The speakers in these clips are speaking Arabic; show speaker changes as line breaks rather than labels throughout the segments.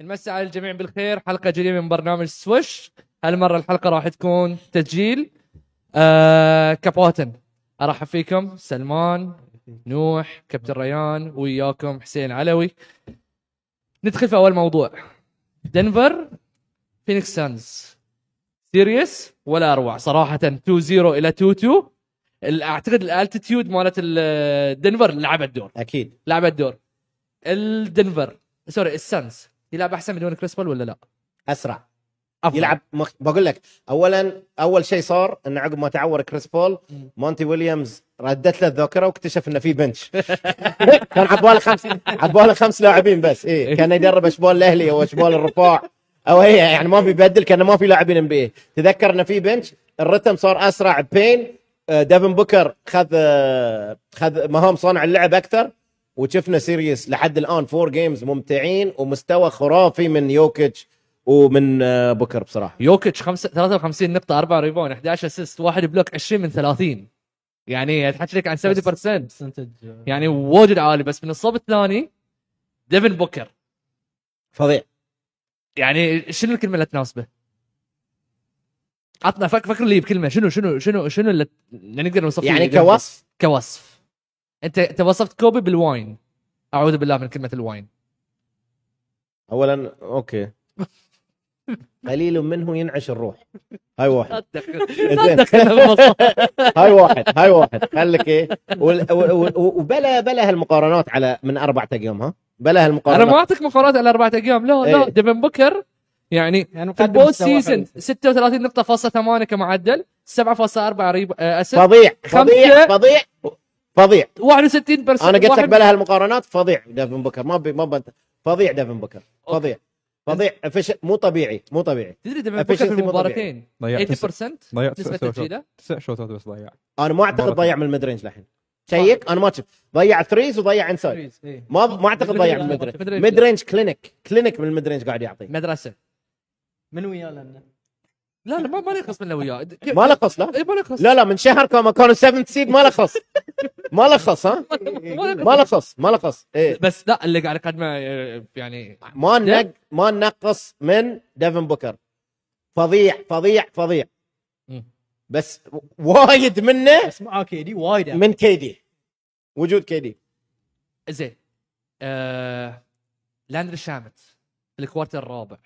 مساء على الجميع بالخير حلقه جديده من برنامج سوش هالمره الحلقه راح تكون تسجيل آه كابوتن ارحب فيكم سلمان نوح كابتن ريان وياكم حسين علوي ندخل في اول موضوع دنفر فينيكس سانز سيريس ولا اروع صراحه 2 0 الى 2 2 ال- اعتقد الالتيتيود مالت ال- دنفر لعبت دور
اكيد
لعبت دور الدنفر سوري السانز يلعب احسن من دون كريس بول ولا لا؟
اسرع
أفضل.
يلعب مخ... بقول لك اولا اول شيء صار ان عقب ما تعور كريس بول
مم.
مونتي ويليامز ردت له الذاكره واكتشف انه في بنش كان عباله خمس عباله خمس لاعبين بس اي كان يدرب اشبال الاهلي او اشبال الرفاع او هي يعني ما بيبدل كان ما في لاعبين ام بي إيه. تذكر انه في بنش الرتم صار اسرع بين آه، ديفن بوكر خذ آه، خذ مهام صانع اللعب اكثر وشفنا سيريس لحد الان فور جيمز ممتعين ومستوى خرافي من يوكيتش ومن آه، بوكر بصراحه
يوكيتش خمسة 53 نقطة 4 ريبون 11 اسيست واحد بلوك 20 من 30 يعني تحكي لك عن 70%
برسنتج آه،
يعني واجد عالي بس من الصوب الثاني ديفن بوكر
فظيع
يعني شنو الكلمة اللي تناسبه؟ عطنا فك فكر لي بكلمة شنو شنو شنو شنو اللي اللي نقدر نوصف فيه
يعني
ديفن بوكر؟
كوصف
كوصف انت انت وصفت كوبي بالواين اعوذ بالله من كلمة الواين
اولا اوكي قليل منه ينعش الروح هاي واحد
لا تدخل لا تدخل بالمصطلح.
هاي واحد هاي واحد خليك ايه وال- و- و- و- وبلا بلا هالمقارنات على من اربع ايام ها بلا
انا
هالمقارنات
ما اعطيك مقارنات على اربعة ايام لا لا
إيه.
ديفن بوكر يعني
يعني
في
مقدم
البوست
مستوى
سيزون
حلو.
36 نقطة فاصلة 8 كمعدل 7.4 ريب آه، اسيست
فظيع
خمسة.
فظيع فظيع فظيع
61
انا قلت لك بلا هالمقارنات فظيع ديفن بوكر ما بي ما بنت- فظيع ديفن بوكر فظيع فظيع فش مو طبيعي مو طبيعي
تدري ديفن بوكر
efficiency
في
مو طبيعي.
المباراتين 80%
ضيع تسع ضيع تسع
نسبة
شوطات.
تسجيله
تسع شوطات بس ضيع
انا ما اعتقد
مرة.
ضيع من الميد رينج الحين شيك انا ما شفت ضيع ثريز وضيع انسايد
إيه.
ما ما اعتقد ضيع من الميد
ميد
رينج
رينج.
ميد رينج كلينيك كلينيك من الميد رينج قاعد يعطي
مدرسة
من ويانا لنا
لا لا ما ما نقص منه وياه
ما لخص لا
إيه، ما نقص
لا لا من شهر كانوا كانوا 7 سيد ما لخص ما لخص ها ما لخص ما لخص ايه
بس لا اللي قاعد يقدمه آه، يعني
ما نق ما نقص من ديفن بوكر فظيع فظيع فظيع
مم.
بس وايد منه
بس معاك ايدي وايد يعني.
من كيدي وجود كيدي
زين آه... لاندري شامت في الكوارتر الرابع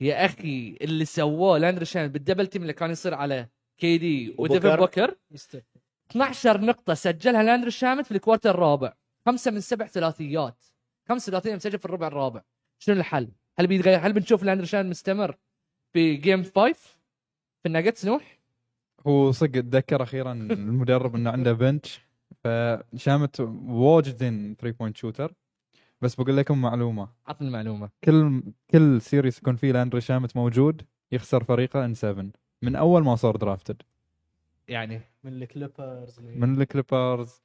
يا اخي اللي سواه لاندري شامت بالدبل تيم اللي كان يصير على كي دي وديفن
وبوكر.
بوكر
يستر.
12 نقطة سجلها لاندري شامت في الكوارتر الرابع خمسة من سبع ثلاثيات خمس ثلاثية مسجل في الربع الرابع شنو الحل؟ هل بيتغير هل بنشوف لاندري شامت مستمر في جيم 5 في الناجتس نوح؟
هو صدق اتذكر اخيرا المدرب انه عنده بنش فشامت واجد زين 3 بوينت شوتر بس بقول لكم معلومه
عطني المعلومة
كل كل سيريس يكون فيه لاندري شامت موجود يخسر فريقه ان 7 من اول ما صار درافتد
يعني
من الكليبرز من
من الكليبرز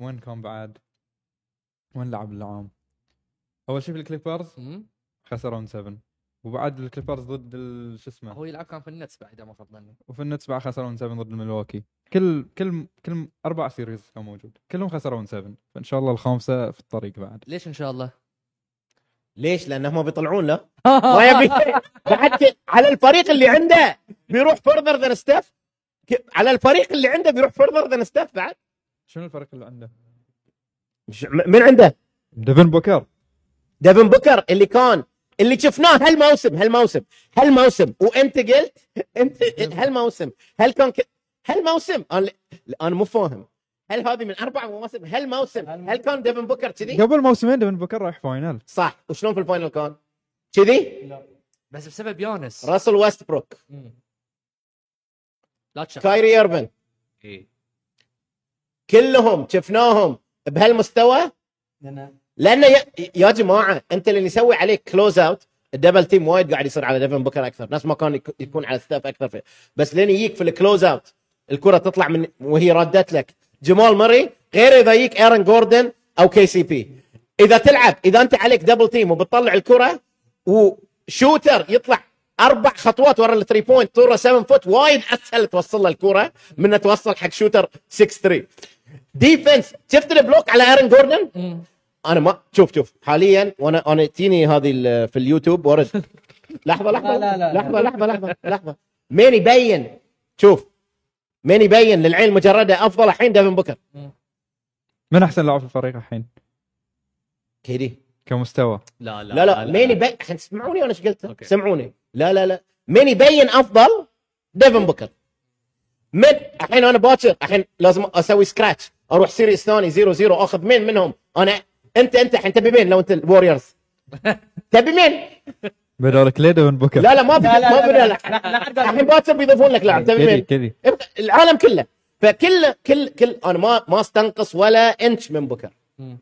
وين كان بعد؟ وين لعب العام؟ اول شيء في الكليبرز
مم.
خسروا من 7 وبعد الكليبرز ضد ال- شو اسمه
هو يلعب كان في النتس بعد إذا ما خاب ظني
وفي النتس بعد خسروا من 7 ضد ملواكي كل كل كل اربع سيريز كان موجود كلهم خسروا من 7 فان شاء الله الخامسه في الطريق بعد
ليش ان شاء الله؟
ليش؟ لانهم ما بيطلعون له ما يبي بعد كي- على الفريق اللي عنده بيروح فurther ذان ستيف على الفريق اللي عنده بيروح further ذان ستيف بعد
شنو الفريق اللي عنده؟
مش- من عنده؟
ديفن بوكر
ديفن بوكر اللي كان اللي شفناه هالموسم هالموسم هالموسم وانت قلت انت هالموسم هل كان ك... هالموسم انا انا مو فاهم هل هذه من اربع مواسم هالموسم هل كان ديفن بوكر كذي؟
قبل موسمين ديفن بوكر رايح فاينل
صح وشلون في الفاينل كان؟ كذي؟
لا
بس بسبب يونس
راسل ويستبروك
مم. لا تشخ
كايري ايرفن
إيه.
كلهم شفناهم بهالمستوى
لان
لانه يا, يا جماعه انت اللي يسوي عليك كلوز اوت الدبل تيم وايد قاعد يصير على ديفن بوكر اكثر ناس ما كان يك- يكون على ستاف اكثر فيه بس لين يجيك في الكلوز اوت الكره تطلع من وهي ردت لك جمال مري غير اذا يجيك ايرن جوردن او كي سي بي اذا تلعب اذا انت عليك دبل تيم وبتطلع الكره وشوتر يطلع اربع خطوات ورا الثري بوينت طوله 7 فوت وايد اسهل توصل له الكره من إنه توصل حق شوتر 6 3 ديفنس شفت البلوك على ايرن جوردن
مم.
انا ما شوف شوف حاليا وانا انا تجيني هذه ال- في اليوتيوب ورد لحظه لحظه
لا، لا، لا، لا.
لحظه لحظه لحظه لحظه مين يبين شوف مين يبين للعين المجرده افضل الحين ديفن بوكر
من احسن لاعب في الفريق الحين
كيدي
كمستوى
لا
لا لا مين يبين عشان تسمعوني وانا ايش قلت
أوكي.
سمعوني لا لا لا مين يبين افضل ديفن بوكر من الحين انا باكر الحين لازم اسوي سكراتش اروح سيريس ثاني زيرو زيرو اخذ مين منهم انا انت انت الحين تبي مين لو انت الوريورز تبي مين؟
بدورك ليه دون بوكر
لا لا ما بي
لا، لا،
ما
لا،
بي
لا،
لا
لا.
لا الحين باكر بيضيفون لك لاعب تبي
كذي
مين؟
كذي
ابدأ- العالم كله فكل كل كل انا ما ما استنقص ولا انش من بكر
مم.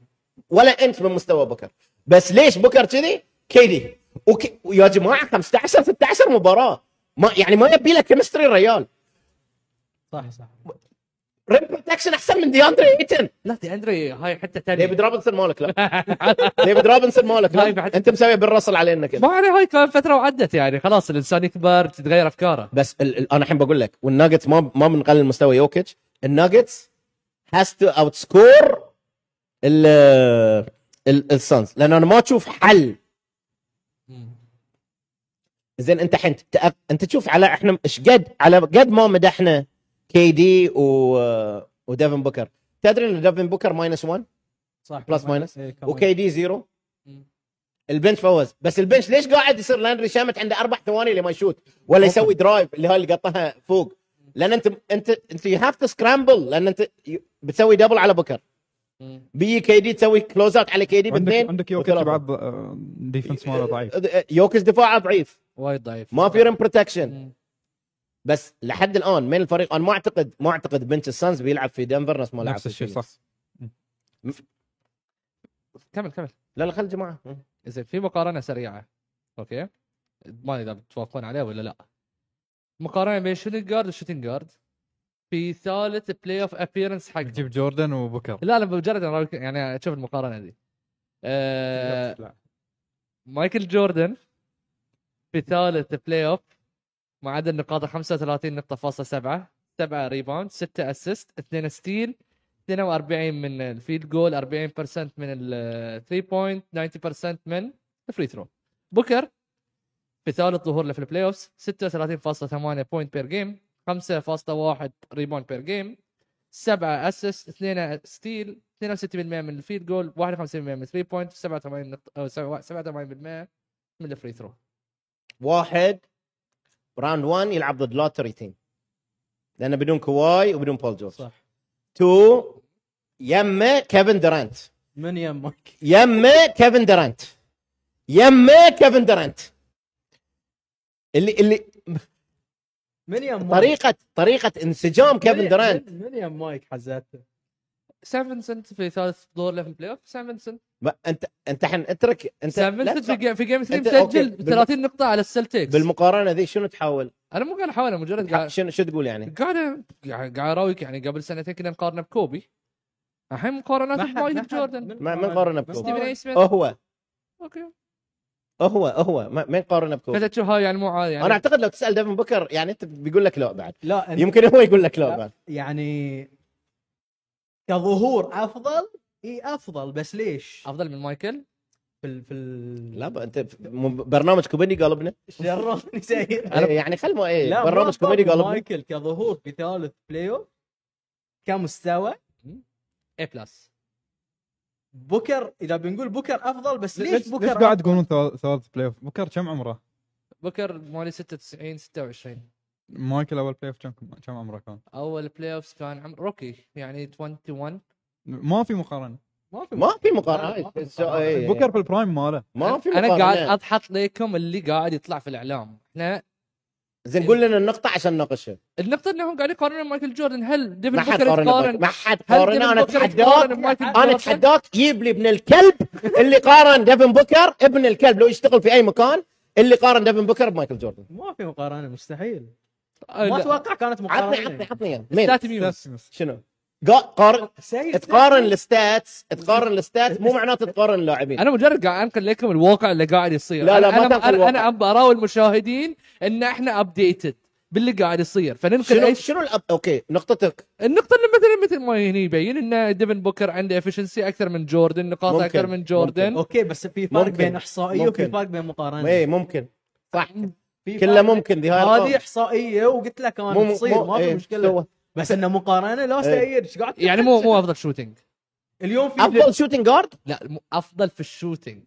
ولا انش من مستوى بكر بس ليش بكر كذي؟ كيدي وك... ويا جماعه 15 16 مباراه ما يعني ما يبي لك كيمستري الريال
صح صح
ريم بروتكشن احسن من دياندري ايتن
لا دي اندري هاي حتى
ديفيد
ثانيه
روبنسون مالك لا ديفيد روبنسون مالك
هاي
لا
بعد-
انت مسوي بالرسل علينا كذا
ما عليه هاي كان فتره وعدت يعني خلاص الانسان يكبر تتغير افكاره
بس ال... ال... انا الحين بقول لك والناجتس ما ما بنقلل مستوى يوكيتش الناجتس هاز تو اوت سكور ال ال- السانز لان انا ما اشوف حل زين انت الحين تأ- انت تشوف على احنا ايش قد على قد ما مدحنا كي دي و... وديفن بوكر تدري ان ديفن بوكر ماينس 1
صح
Plus minus.
إيه، كمان.
وكي دي زيرو
مم.
البنش فوز بس البنش ليش قاعد يصير لاندري شامت عنده اربع ثواني لما يشوت ولا يسوي درايف اللي هاي اللي قطها فوق لان انت انت انت يو هاف تو سكرامبل لان انت ي- بتسوي دبل على بكر
مم.
بيجي كي دي تسوي كلوز اوت على كي دي
عندك
باثنين أه،
عندك يوكيتش
وثلاثة.
بعد آه، ديفنس ماله ضعيف
يوكس دفاعه ضعيف
وايد ضعيف
ما في ريم بروتكشن
مم.
بس لحد الان من الفريق انا ما اعتقد ما اعتقد بنش السانز بيلعب في دنفر نفس ما لعب
نفس
في
الشيء
فينيكس.
صح
كمل كمل
لا لا خل الجماعه
زين في مقارنه سريعه اوكي ما ادري اذا بتوافقون عليها ولا لا مقارنه بين شوتنج جارد وشوتنج جارد في ثالث بلاي اوف ابييرنس حق
تجيب جوردن وبوكر
لا لا بمجرد أنا راك- يعني اشوف المقارنه دي آه مايكل جوردن في ثالث بلاي اوف مع عدد نقاطه 35 نقطه فاصلة سبعة سبعة ريباوند ستة اسيست اثنين ستيل 42 من الفيلد جول 40% من الثري بوينت 90% من الفري ثرو بوكر في ثالث ظهور له في البلاي اوف 36.8 بوينت بير جيم 5.1 ريباوند بير جيم 7 اسيست 2 ستيل 62% من الفيلد جول 51% من 3 بوينت 87 نقطة أو سبعة- 87% من الفري ثرو
واحد راوند 1 يلعب ضد لوتري تيم لانه بدون كواي وبدون بول جورج
صح.
تو يمه كيفن دورانت
من يمك
يمه كيفن دورانت يمه كيفن دورانت اللي اللي
من يمك
طريقه طريقه انسجام كيفن
من-
دورانت
من- من يمك حزتها
سيفنسنت في ثالث دور له في البلاي اوف سيفنسنت
ما- انت انت حن اترك انت لا
سيفنسنت في
تخ-
جيم في جيم 3
أنت- أوكي،
مسجل
بالم-
30 نقطة على السلتكس
بالمقارنه ذي شنو تحاول؟
انا مو قاعد احاول أنا مجرد قاعد
شنو شو تقول يعني؟
قاعد قاعد اراويك يعني قبل سنتين كنا نقارنه بكوبي الحين مقارنات
ما حد- ما
بمايكل
حد-
جوردن
ما ما نقارنه بكوبي
ستيفن اي سميث
هو
اوكي
هو هو ما ما نقارنه بكوبي
فانت تشوف هاي يعني مو عادي
انا
يعني
اعتقد لو تسال ديفن بوكر يعني انت بيقول لك لا بعد
لا أنت
يمكن هو يقول لك لا
لا.
بعد
يعني كظهور افضل اي افضل بس ليش؟
افضل من مايكل
في ال في ال
لا بقى انت في م- برنامج كوميدي قالبنا
جربني زين
إيه، يعني خل ما ايه
لا
برنامج
ما
كوميدي
أفضل
قالبنا
مايكل كظهور في ثالث بلاي اوف كمستوى
اي بلس
بوكر اذا بنقول بوكر افضل بس
ليش
ليش
ليش
بوكر
قاعد تقولون ثالث- ثالث بلاي اوف بوكر كم عمره؟
بوكر مالي 96 26
مايكل اول بلاي اوف كم كم عمره كان؟
اول بلاي اوف كان عمر روكي يعني 21
ما في مقارنه
ما في
ما في
لا،
مقارنه
ما في
إيه،
مقارنة.
إيه،
بوكر في البرايم ماله
ما في
انا
مقارنه
آه، قاعد اضحط لكم اللي قاعد يطلع في الاعلام احنا
زين قول لنا النقطه عشان نناقشها
النقطه انهم قاعدين يقارنون مايكل جوردن هل ديفن
ما حد
بوكر
قارن
يتقارن
ما حد
هل
قارن
ديفن
انا
بوكر يتقارن
اتحداك
بمايكل
انا
جوردن؟
اتحداك جيب لي ابن الكلب اللي قارن ديفن بوكر ابن الكلب لو يشتغل في اي مكان اللي قارن ديفن بوكر بمايكل جوردن
ما في مقارنه مستحيل
آه،
ما
لا.
اتوقع كانت
عطني عطني
مقارنه
عطني إياه. مين
ستات ميوز
شنو قا- قارن
سيد
تقارن الستاتس تقارن الستاتس مو معناته تقارن اللاعبين
انا مجرد قاعد انقل لكم الواقع اللي قاعد يصير
لا، لا،
أنا-
ما
انا
تنقل
انا,
الواقع.
أنا ابى اراوي المشاهدين ان احنا ابديتد باللي قاعد يصير فننقل
شنو
اي
شنو الأب... اوكي نقطتك
النقطة انه مثلا مثل ما هني يبين ان ديفن بوكر عنده افشنسي اكثر من جوردن نقاط
ممكن،
اكثر من جوردن
اوكي بس في فرق
ممكن.
بين احصائيه وفي
ممكن.
فرق بين مقارنه
اي إيه، ممكن صح
في
كله
فرق.
ممكن ذي هاي
هذه
الأرقام.
احصائيه وقلت لك انا تصير ما في
إيه،
مشكله
سوى.
بس انه مقارنه لا
إيه.
سيد ايش قاعد
يعني مو مو افضل شوتينج
اليوم في
افضل شوتنج جارد
لا مو افضل في الشوتينج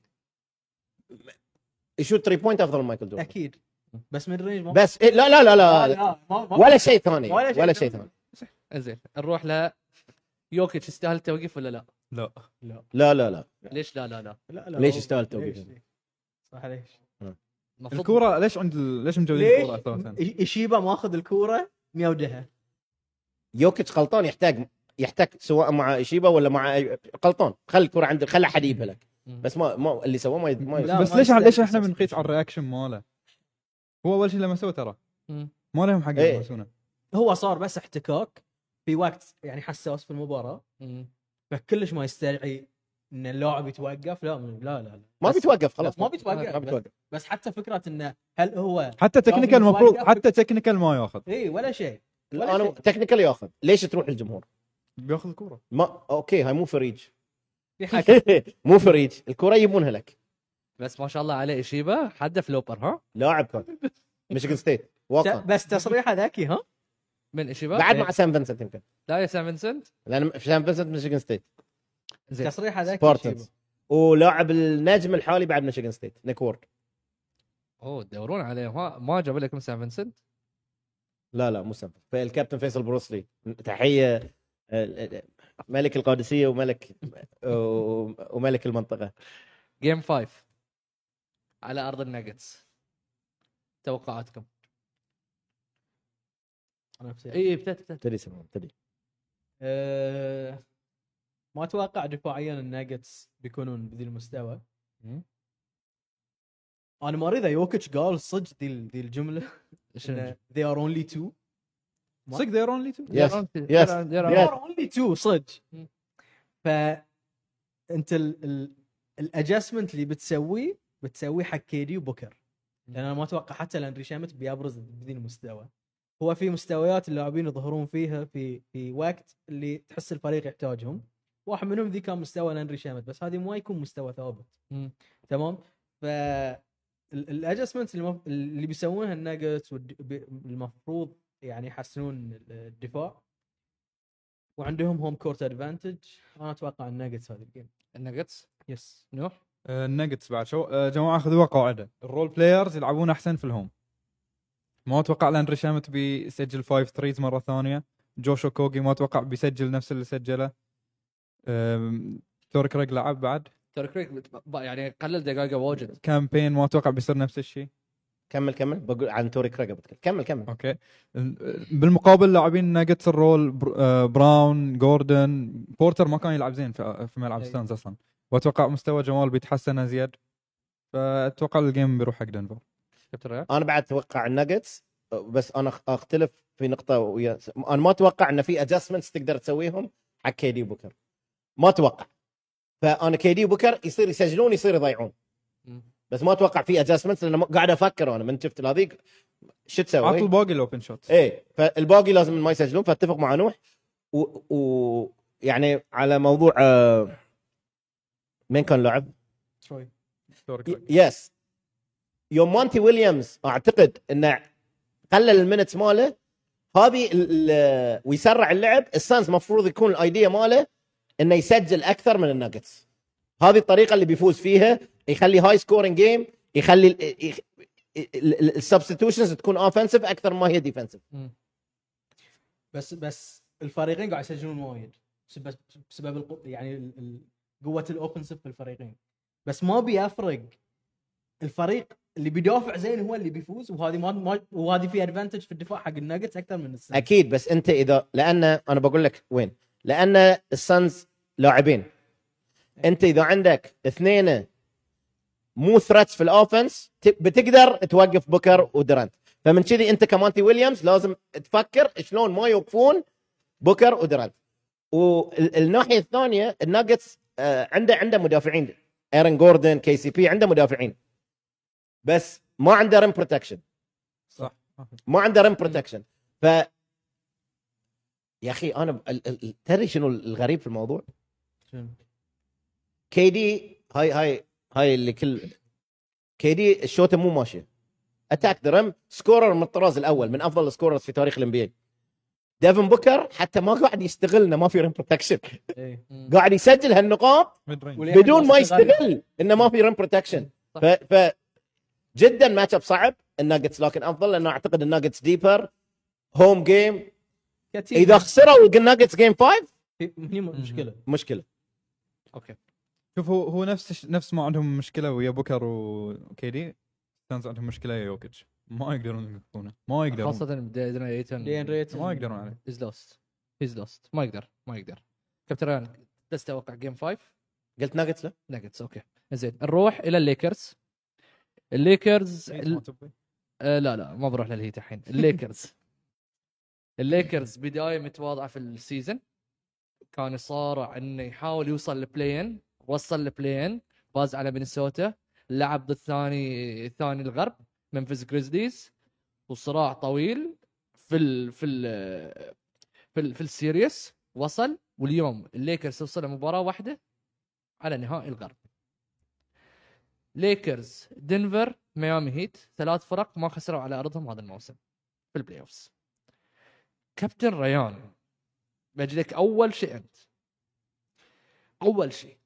يشوت 3 بوينت افضل من مايكل جوردن
اكيد بس من رينج ما
بس إيه لا لا لا
آه،
لا
لا، ما- ما-
ولا شيء ثاني
ولا شيء
ولا
ثاني.
شيء ثاني
زين نروح ل يوكيتش يستاهل التوقيف ولا لا؟
لا
لا لا لا
ليش لا لا لا؟
لا لا
ليش
هو-
استاهل توقيف؟
ليش؟ صح ليش؟
المفروض-
الكوره ليش عند ال- ليش مجودين
ليش؟
الكوره اساسا؟
إي- ايشيبا ماخذ الكوره ميودها
يوكيتش غلطان يحتاج يحتاج سواء مع شيبا ولا مع غلطان خلي الكره عند خلى حد يجيبها لك
مم.
بس ما, ما اللي سواه ما يد- ما
لا،
يد-
بس
ما
ليش
يستاهل
ليش احنا
أساساً.
بنقيس على الرياكشن ماله؟ هو اول شيء لما سوى ترى
مم.
ما لهم حق
إيه.
يلمسونه
هو صار بس احتكاك في وقت يعني حساس في المباراه
مم.
فكلش ما يستدعي ان اللاعب يتوقف لا لا لا, لا.
ما
بس-
بيتوقف خلاص
لا، ما بيتوقف.
ما بيتوقف
بس حتى فكره انه هل هو
حتى تكنيكال
يوقف.
المفروض حتى تكنيكال ما ياخذ
اي ولا شيء
لا
ولا
انا
شيء.
تكنيكال ياخذ ليش تروح الجمهور؟
بياخذ الكوره
ما اوكي هاي مو فريج
في حكي
مو فريج الكره يبونها لك
بس ما شاء الله عليه اشيبا حده فلوبر ها؟
لاعب كان ميشيغن ستيت واقعا
بس تصريحه ذكي ها
من اشيبا؟
بعد مع سام فينسنت يمكن
لا يا سام فينسنت
لان سام فينسنت ميشيغن ستيت
زين
تصريحه ذكي
سبارتنز ولاعب النجم الحالي بعد ميشيغن ستيت نيك وورد
اوه تدورون عليه ما ما جاب لكم سام فينسنت؟
لا لا مو سام الكابتن فيصل بروسلي تحيه ال- ال- آه، ملك القادسيه وملك و- وملك المنطقه
جيم 5 على ارض الناجتس توقعاتكم
شيبة.
اي إي، بتت بتت
تدري سمون تدري
أه ما اتوقع دفاعيا الناجتس بيكونون بذي المستوى
مم.
انا ما ادري اذا يوكيتش قال صدق ذي ذي الجمله
شنو؟
إنه they are only two ما-
صدق ذير اونلي تو
Yes. Yes.
they
Yes.
يس
are only two صدق
مم.
ف انت ال- ال- الادجستمنت اللي بتسويه بتسويه حق كيدي وبوكر لان انا ما اتوقع حتى لاندري شامت بيبرز بذي المستوى هو في مستويات اللاعبين يظهرون فيها في في وقت اللي تحس الفريق يحتاجهم واحد منهم ذي كان مستوى لاندري شامت بس هذه ما يكون مستوى ثابت
مم.
تمام ف الادجستمنت اللي, مف- اللي بيسوونها الناجتس المفروض يعني يحسنون ال- الدفاع وعندهم هوم كورت ادفانتج انا اتوقع الناجتس هذه الجيم
الناجتس
يس
نوح
النجتس بعد شو آه، جماعه خذوها قاعده الرول بلايرز يلعبون احسن في الهوم ما اتوقع لاندري شامت بيسجل 5 ثريز مره ثانيه جوشو كوجي ما اتوقع بيسجل نفس اللي سجله أم، ثور كريج لعب بعد
ترى كريك بت- ب- يعني قلل دقائقه واجد
كامبين ما اتوقع بيصير نفس الشيء
كمل كمل بقول عن توري كراجا بتكلم كمل كمل
اوكي بالمقابل لاعبين ناجتس الرول بر- آه، براون جوردن بورتر ما كان يلعب زين في في ملعب
أي.
ستانز اصلا واتوقع مستوى جمال بيتحسن ازيد فاتوقع الجيم بيروح حق دنفر
شفت الريال؟
انا بعد اتوقع الناجتس بس انا أخ- اختلف في نقطه ويا انا ما اتوقع ان في ادجستمنتس تقدر تسويهم حق كي دي بوكر ما اتوقع فانا كي دي بوكر يصير يسجلون يصير يضيعون
مم.
بس ما اتوقع في ادجستمنتس لان ما- قاعد افكر انا من شفت هذيك شو
عطوا
تسوي؟
الباقي الاوبن شوت
ايه فالباقي لازم ما يسجلون فاتفق مع نوح و, و... يعني على موضوع آه، مين كان لعب؟
تروي
ثور كريج.
ي- يس يوم مونتي ويليامز اعتقد انه قلل المينتس ماله هذه ال- ال- ويسرع اللعب السانز المفروض يكون الايديا ماله انه يسجل اكثر من الناجتس هذه الطريقه اللي بيفوز فيها يخلي هاي سكورينج جيم يخلي السبستيوشنز تكون اوفنسيف اكثر ما هي ديفنسيف
مم.
بس بس الفريقين قاعد يسجلون وايد بسبب بسبب القو... يعني ال- ال- قوه الاوفنسيف في الفريقين بس ما بيفرق الفريق اللي بيدافع زين هو اللي بيفوز وهذه ما, ما وهذه في ادفانتج في الدفاع حق الناجتس اكثر من السنة.
اكيد بس انت اذا لان انا بقول لك وين لان السانز لاعبين انت اذا عندك اثنين مو ثريتس في الاوفنس ت- بتقدر توقف بوكر ودرنت فمن كذي انت كمانتي ويليامز لازم تفكر شلون ما يوقفون بوكر ودرنت والناحيه الثانيه الناجتس آه، عنده عنده مدافعين ايرن جوردن كي سي بي عنده مدافعين بس ما عنده ريم بروتكشن
صح
ما عنده ريم بروتكشن ف يا اخي انا ب- ال- ال- ال- تدري شنو الغريب في الموضوع؟
شنو؟
كي دي هاي هاي هاي اللي كل كي دي الشوطه مو ماشيه اتاك ذا رم سكورر من الطراز الاول من افضل السكوررز في تاريخ الام بي ديفن بوكر حتى ما قاعد يستغلنا ما في ريم بروتكشن
إيه.
قاعد يسجل هالنقاط
ميد رينج
وليه؟
بدون يعني ما
ما استغل.
يستغل انه ما في ريم بروتكشن
صح.
ف, ف جدا ماتش اب صعب الناجتس لكن افضل لانه اعتقد الناجتس ديبر هوم جيم
كتير.
اذا خسروا الناجتس جيم 5
في- هني مشكله
مشكله
اوكي
شوف هو هو نفس الش- نفس ما عندهم مشكله ويا بوكر وكيدي كانز عندهم مشكله ويا يوكيتش ما يقدرون يوقفونه ما يقدرون
خاصه بدينا
دين
ايتن
ريت
ما يقدرون عليه
از لوست هيز لوست ما يقدر ما يقدر كابتن ريان بس توقع جيم 5
قلت ناجتس لا
ناجتس اوكي زين نروح الى الليكرز الليكرز ال- آه لا لا ما بروح للهيت الحين الليكرز الليكرز بدايه متواضعه في السيزون كان يصارع انه يحاول يوصل لبلين وصل لبلين فاز على مينيسوتا لعب ضد ثاني ثاني الغرب منفس جريزليز وصراع طويل في ال في ال في, ال في السيريس وصل واليوم الليكرز وصلوا مباراه واحده على نهائي الغرب ليكرز دنفر ميامي هيت ثلاث فرق ما خسروا على ارضهم هذا الموسم في البلاي اوفز كابتن ريان بجيك اول شيء انت اول شيء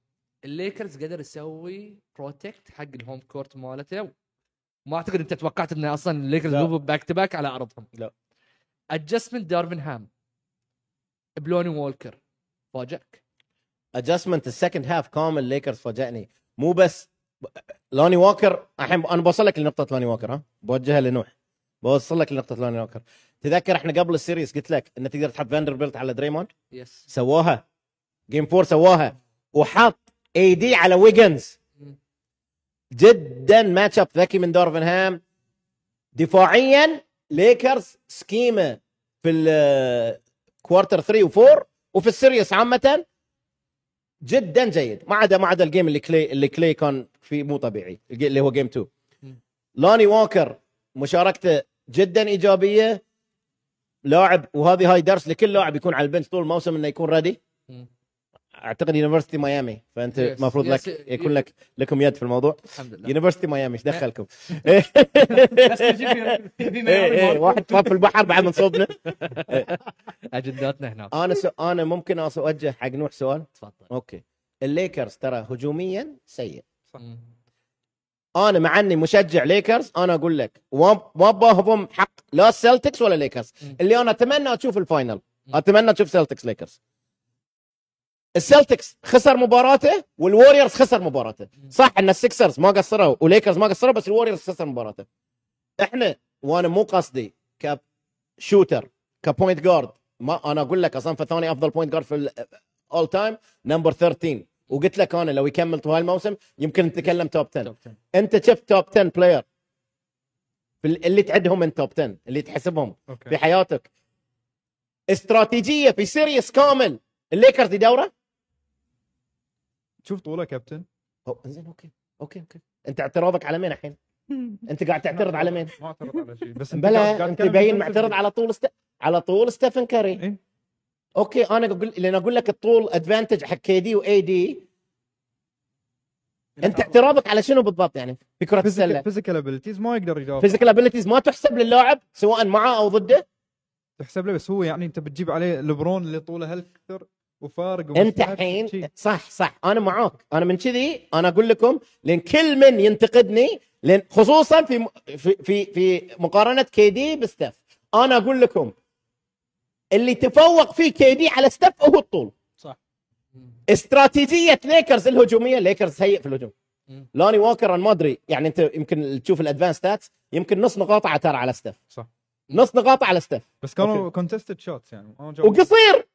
الليكرز قدر يسوي بروتكت حق الهوم كورت مالته ما اعتقد انت توقعت ان اصلا الليكرز
لا.
يلعبوا باك تو باك على ارضهم
لا.
ادجستمنت دارفن هام بلوني وولكر فاجئك
ادجستمنت السكند هاف كامل ليكرز فاجئني مو بس لوني ووكر الحين انا بوصل لك لنقطه لوني ووكر ها بوجهها لنوح بوصل لك لنقطه لوني ووكر تذكر احنا قبل السيريس قلت لك انه تقدر تحط فاندربيلت على دريموند
يس
سواها جيم فور سواها وحط اي دي على ويجنز جدا ماتش اب ذكي من دورفنهام دفاعيا ليكرز سكيمه في الكوارتر 3 و4 وفي السيريس عامه جدا جيد ما عدا ما عدا الجيم اللي كلي اللي كلي كان فيه مو طبيعي الج- اللي هو جيم 2
مم.
لوني ووكر مشاركته جدا ايجابيه لاعب وهذه هاي درس لكل لاعب يكون على البنش طول الموسم انه يكون ريدي
مم.
اعتقد يونيفرستي ميامي فانت
Yes.
المفروض
Yes.
لك يكون لك لكم يد في الموضوع
الحمد لله
يونيفرستي ميامي ايش دخلكم؟
بس نجي في- في- في
إيه، إيه،
ميامي
واحد طاف في البحر بعد من صوبنا
اجنداتنا هناك
انا سو... انا ممكن أس- اوجه حق نوح سؤال
تفضل
اوكي الليكرز ترى هجوميا سيء
مم.
انا مع اني مشجع ليكرز انا اقول لك وما- ما باهم حق لا السلتكس ولا ليكرز
مم.
اللي انا اتمنى اشوف الفاينل
مم.
اتمنى اشوف سلتكس ليكرز السلتكس خسر مباراته والوريورز خسر مباراته
مم.
صح ان السكسرز ما قصروا وليكرز ما قصروا بس الوريورز خسر مباراته احنا وانا مو قصدي كاب شوتر كبوينت جارد ما انا اقول لك اصلا فثاني افضل بوينت جارد في الاول تايم نمبر 13 وقلت لك انا لو يكمل طوال الموسم يمكن نتكلم توب 10
توب 10.
انت شفت توب 10 بلاير اللي تعدهم من توب 10 اللي تحسبهم في
اوكي
حياتك استراتيجيه في سيريس كامل الليكرز يدوره
شوف طوله كابتن
أو- زين اوكي اوكي اوكي انت اعتراضك على مين الحين؟ انت قاعد تعترض على مين؟
ما اعترض على شيء بس
بلا انت باين معترض على طول است... على طول ستيفن كاري
إيه.
اوكي انا اقول لان اقول لك الطول ادفانتج حق كي دي واي دي انت اعتراضك على شنو بالضبط يعني في كره السله
فيزيكال ابيلتيز ما يقدر يجاوب
فيزيكال ابيلتيز ما تحسب للاعب سواء معه او ضده
تحسب له بس هو يعني انت بتجيب عليه لبرون اللي طوله هالكثر وفارق ومش
انت
عارف
الحين
شي.
صح صح انا معاك انا من كذي انا اقول لكم لان كل من ينتقدني لان خصوصا في في في, في مقارنه كي دي بستف انا اقول لكم اللي تفوق فيه كي دي على ستف هو الطول
مم.
استراتيجيه ليكرز الهجوميه ليكرز سيء في الهجوم
مم.
لوني ووكر انا ما ادري يعني انت يمكن تشوف الادفانس ستاتس يمكن نص نقاطه ترى على ستيف
صح.
نص نقاطه على ستيف
بس كانوا كونتستد شوتس يعني ما جاوبوا.
وقصير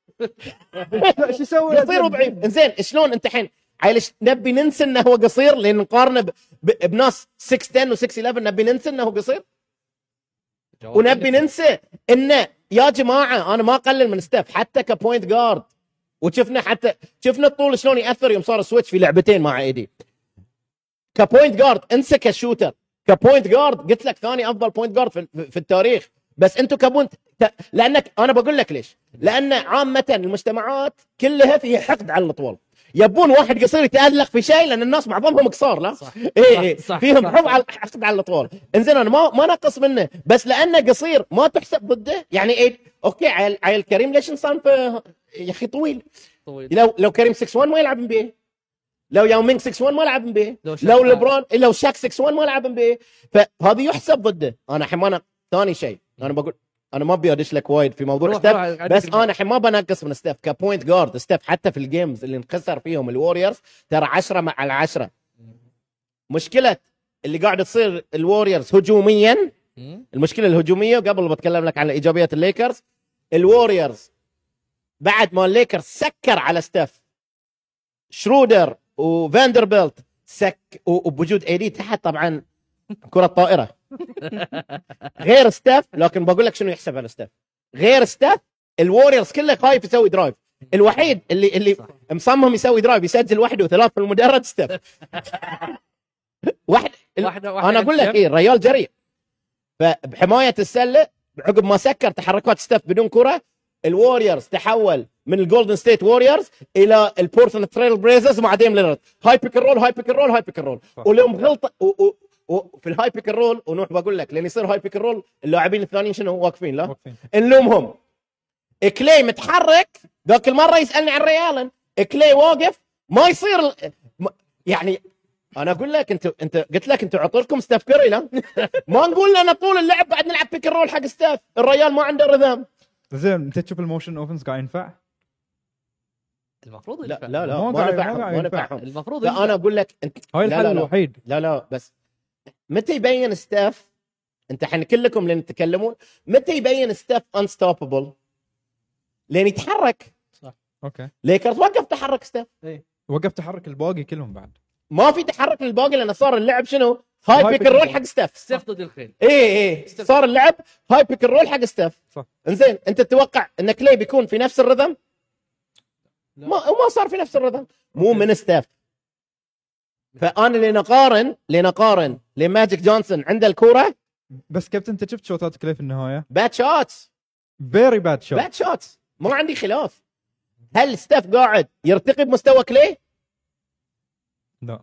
شو يسوي
قصير وضعيف زين شلون انت الحين عيلش نبي ننسى انه هو قصير لان نقارنه ب... ب... بناس 610 و 611 نبي ننسى انه هو قصير
جواب
ونبي
عندك.
ننسى انه يا جماعه انا ما اقلل من ستيف حتى كبوينت جارد وشفنا حتى شفنا الطول شلون ياثر يوم صار سويتش في لعبتين مع ايدي كبوينت جارد انسى كشوتر كبوينت جارد قلت لك ثاني افضل بوينت جارد في, في التاريخ بس انتم كبوينت ت- لانك انا بقول لك ليش لان عامه المجتمعات كلها فيها حقد على الطول يبون واحد قصير يتالق في شيء لان الناس معظمهم قصار لا
صح.
إيه
صح،
إيه
صح،
فيهم
صح.
حب على حقد على الطول انزين انا ما ما نقص منه بس لانه قصير ما تحسب ضده يعني إيه اوكي عيل عيل كريم ليش انسان في- يا اخي طويل
طويل
لو لو كريم 6 1 ما يلعب ام بي لو ياو مينج 6 1 ما لعب ام بي
لو شاك
لو
لعب.
لبرون لو شاك 6 1 ما لعب ام بي فهذا يحسب ضده انا الحين ما أنا- ثاني شيء انا بقول انا ما ابي ادش لك وايد في موضوع
روح،
ستيف
روح، عندك
بس
الموضوع.
انا الحين ما بنقص من ستيف كبوينت جارد ستيف حتى في الجيمز اللي انخسر فيهم الوريورز ترى 10 مع العشرة مشكله اللي قاعد تصير الوريورز هجوميا
مم.
المشكله الهجوميه وقبل بتكلم لك عن ايجابيات الليكرز الوريورز بعد ما الليكرز سكر على ستيف شرودر وفاندربيلت سك و- وبوجود اي دي تحت طبعا كره طائره غير ستيف لكن بقول لك شنو يحسب على ستيف غير ستيف الوريورز كله خايف يسوي درايف الوحيد اللي اللي مصمم يسوي درايف يسجل واحده وثلاث في المدرج ستيف واحد
واحدة- واحدة
انا اقول لك
عندك.
ايه الريال جريء فبحمايه السله عقب ما سكر تحركات ستيف بدون كره الوريورز تحول من الجولدن ستيت ووريورز الى البورتلاند تريل بريزرز مع ديم لينارد هاي بيك الرول هاي بيك الرول هاي بيك الرول
صح.
ولهم غلطه و- و- وفي الهاي بيك الرول ونوح بقول لك لين يصير هاي بيك الرول اللاعبين الثانيين شنو واقفين لا
واقفين
نلومهم كلي متحرك ذاك المره يسالني عن ريالن كلي واقف ما يصير ال- ما- يعني انا اقول لك انت انت قلت لك انتوا عطولكم ستاف كوري لا ما نقول لنا طول اللعب بعد نلعب بيك الرول حق ستاف الريال ما عنده رذام
زين انت تشوف الموشن اوفنس قاعد ينفع؟
المفروض
لا
ينفع.
لا لا
ما
ما
قاعد-
نفعهم
ما قاعد
ما
ينفع.
نفعهم
المفروض
لا انا اقول لك انت
هاي
لا، لا،
الحل
لا.
الوحيد
لا لا بس متى يبين ستاف انت حين كلكم لين تتكلمون متى يبين ستاف انستوببل لين يتحرك
اوكي
ليكرز وقف تحرك ستاف
وقف تحرك الباقي كلهم بعد
ما في تحرك للباقي لان صار اللعب شنو؟ هاي بيك الرول حق ستاف
ستيف ضد الخيل
اي اي صار اللعب هاي بيك الرول حق ستاف
صح.
انزين انت تتوقع ان كلي بيكون في نفس الرذم؟
لا.
ما وما صار في نفس الرذم مو
أوكي.
من ستاف فانا لين اقارن لين اقارن لين ماجيك جونسون عنده الكوره
بس كابتن انت شفت شوتات كلي في النهايه
باد شوتس
فيري باد شوت
باد شوتس ما عندي خلاف هل ستاف قاعد يرتقي بمستوى كلي؟
لا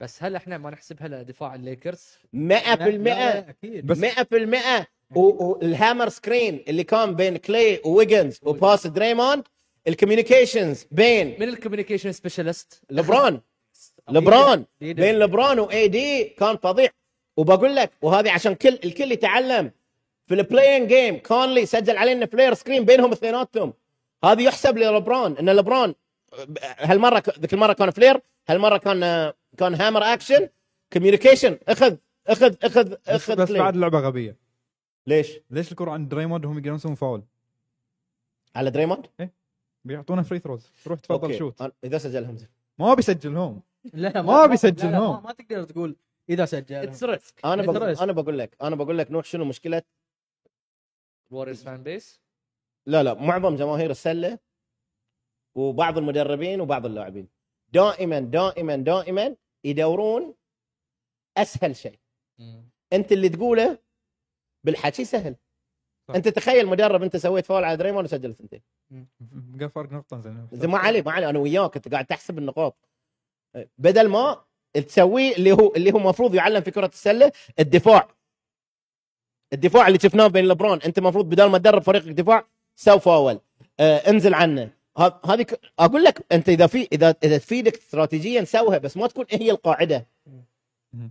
بس هل احنا ما نحسبها لدفاع الليكرز
100%
اكيد
بس
100% والهامر سكرين اللي كان بين كلي وويجنز وباس دريموند الكوميونيكيشنز بين
من الكوميونيكيشن سبيشالست
لبران لبران بين لبران واي دي كان فظيع وبقول لك وهذه عشان كل الكل يتعلم في البلاين جيم كونلي سجل علينا بلاير سكرين بينهم اثنيناتهم هذا يحسب للبران ان لبران هالمره ذيك المره كان فلير هالمره كان آه، كان هامر اكشن كوميونيكيشن اخذ اخذ اخذ
بس,
اخذ
بس
كلي.
بعد لعبه غبيه
ليش
ليش الكره عند دريموند وهم يقدرون يسوون فاول
على دريموند
بيعطونا فري ثروز روح تفضل
أوكي.
شوت
أنا- اذا سجلهم زين
ما بيسجلهم
لا لا
ما بيسجلهم.
لا، لا، ما- ما تقدر تقول اذا سجل
اتس ريسك
انا
إيه،
بقول
Interest.
انا بقول لك انا بقول لك نوح شنو مشكله
ووريرز فان بيس
لا لا معظم جماهير السله وبعض المدربين وبعض اللاعبين دائما دائما دائما يدورون اسهل شيء انت اللي تقوله بالحكي سهل
صح.
انت تخيل مدرب انت سويت فاول على دريمون وسجلت ثنتين
بقى فرق نقطه زين
زين ما علي ما علي انا وياك انت قاعد تحسب النقاط بدل ما تسويه اللي هو اللي هو المفروض يعلم في كره السله الدفاع الدفاع اللي شفناه بين لبرون انت المفروض بدل ما تدرب فريقك دفاع سو فاول آه انزل عنه ه- هذه ك- اقول لك انت اذا في اذا اذا تفيدك استراتيجيا سوها بس ما تكون هي القاعده
مم.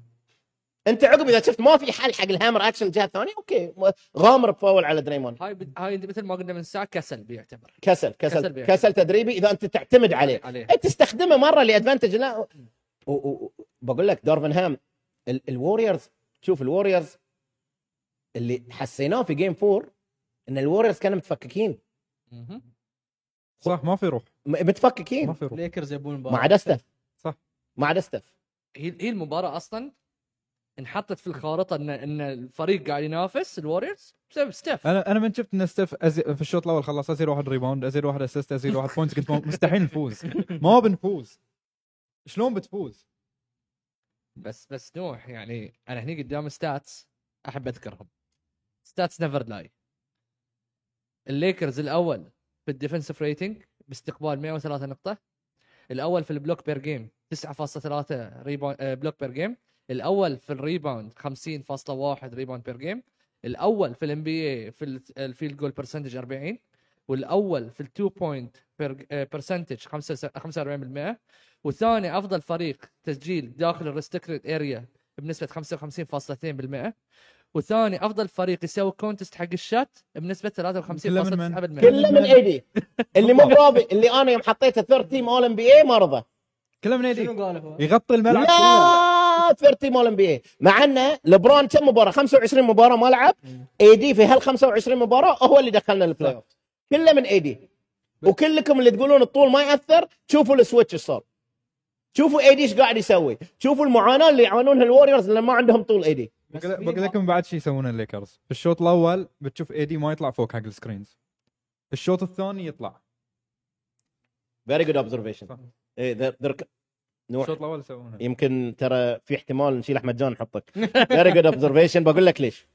انت عقب اذا شفت ما في حل حق الهامر اكشن الجهه الثانيه اوكي غامر بفاول على دريمون
هاي بد- هاي مثل ما قلنا من ساعه كسل بيعتبر
كسل
كسل
كسل
بيعتمد.
كسل تدريبي اذا انت تعتمد عليه
عليه
انت إيه، تستخدمه مره لادفانتج لا و- و- و- بقول لك دورفنهام الوريورز شوف الوريورز اللي حسيناه في جيم فور ان الوريورز كانوا متفككين
مهم.
صح ما في روح
م-
ما
متفككين
في روح
ليكرز يبون مباراة.
ما عدا ستف
صح.
ما عدا ستف
هي هي المباراه اصلا انحطت في الخارطه ان ان الفريق قاعد ينافس الوريرز بسبب ستيف
انا انا من شفت ان ستيف أزي... في الشوط الاول خلص ازيد واحد ريباوند ازيد واحد اسيست ازيد واحد بوينت قلت ما- مستحيل نفوز ما بنفوز شلون بتفوز
بس بس نوح يعني انا هني قدام ستاتس احب اذكرهم ستاتس نيفر لاي الليكرز الاول في الديفنسيف ريتنج باستقبال 103 نقطه الاول في البلوك بير جيم 9.3 ريباوند آه، بلوك بير جيم الاول في الريباوند 50.1 ريباوند بير جيم الاول في الام بي اي في ال- الفيلد جول برسنتج 40 والاول في التو بوينت آه، برسنتج 45% والثاني افضل فريق تسجيل داخل الريستكتد اريا بنسبه 55.2% والثاني افضل فريق يسوي كونتست حق الشات بنسبه 53.9%
كله من ايدي اللي مو براضي اللي انا يوم حطيته ثيرد تيم اول ام بي اي ما إيه، رضى
كله من ايدي
شنو قال هو؟
يغطي الملعب كله.
لا ثيرد تيم اول ام بي اي مع انه لبرون كم مباراه 25 مباراه ما لعب اي دي في هال 25 مباراه هو اللي دخلنا البلاي اوف كله من اي دي وكلكم اللي تقولون الطول ما ياثر شوفوا السويتش ايش صار شوفوا اي دي ايش قاعد يسوي شوفوا المعاناه اللي يعانونها الوريورز لما ما عندهم طول اي دي
بقول بقول لكم بعد شيء يسوون الليكرز في الشوط الاول بتشوف ايدي ما يطلع فوق حق السكرينز الشوط الثاني يطلع
فيري جود اوبزرفيشن
صح.
إيه، نوح
الشوط الاول يسوونه
يمكن ترى في احتمال نشيل احمد جان نحطك فيري جود اوبزرفيشن بقول لك ليش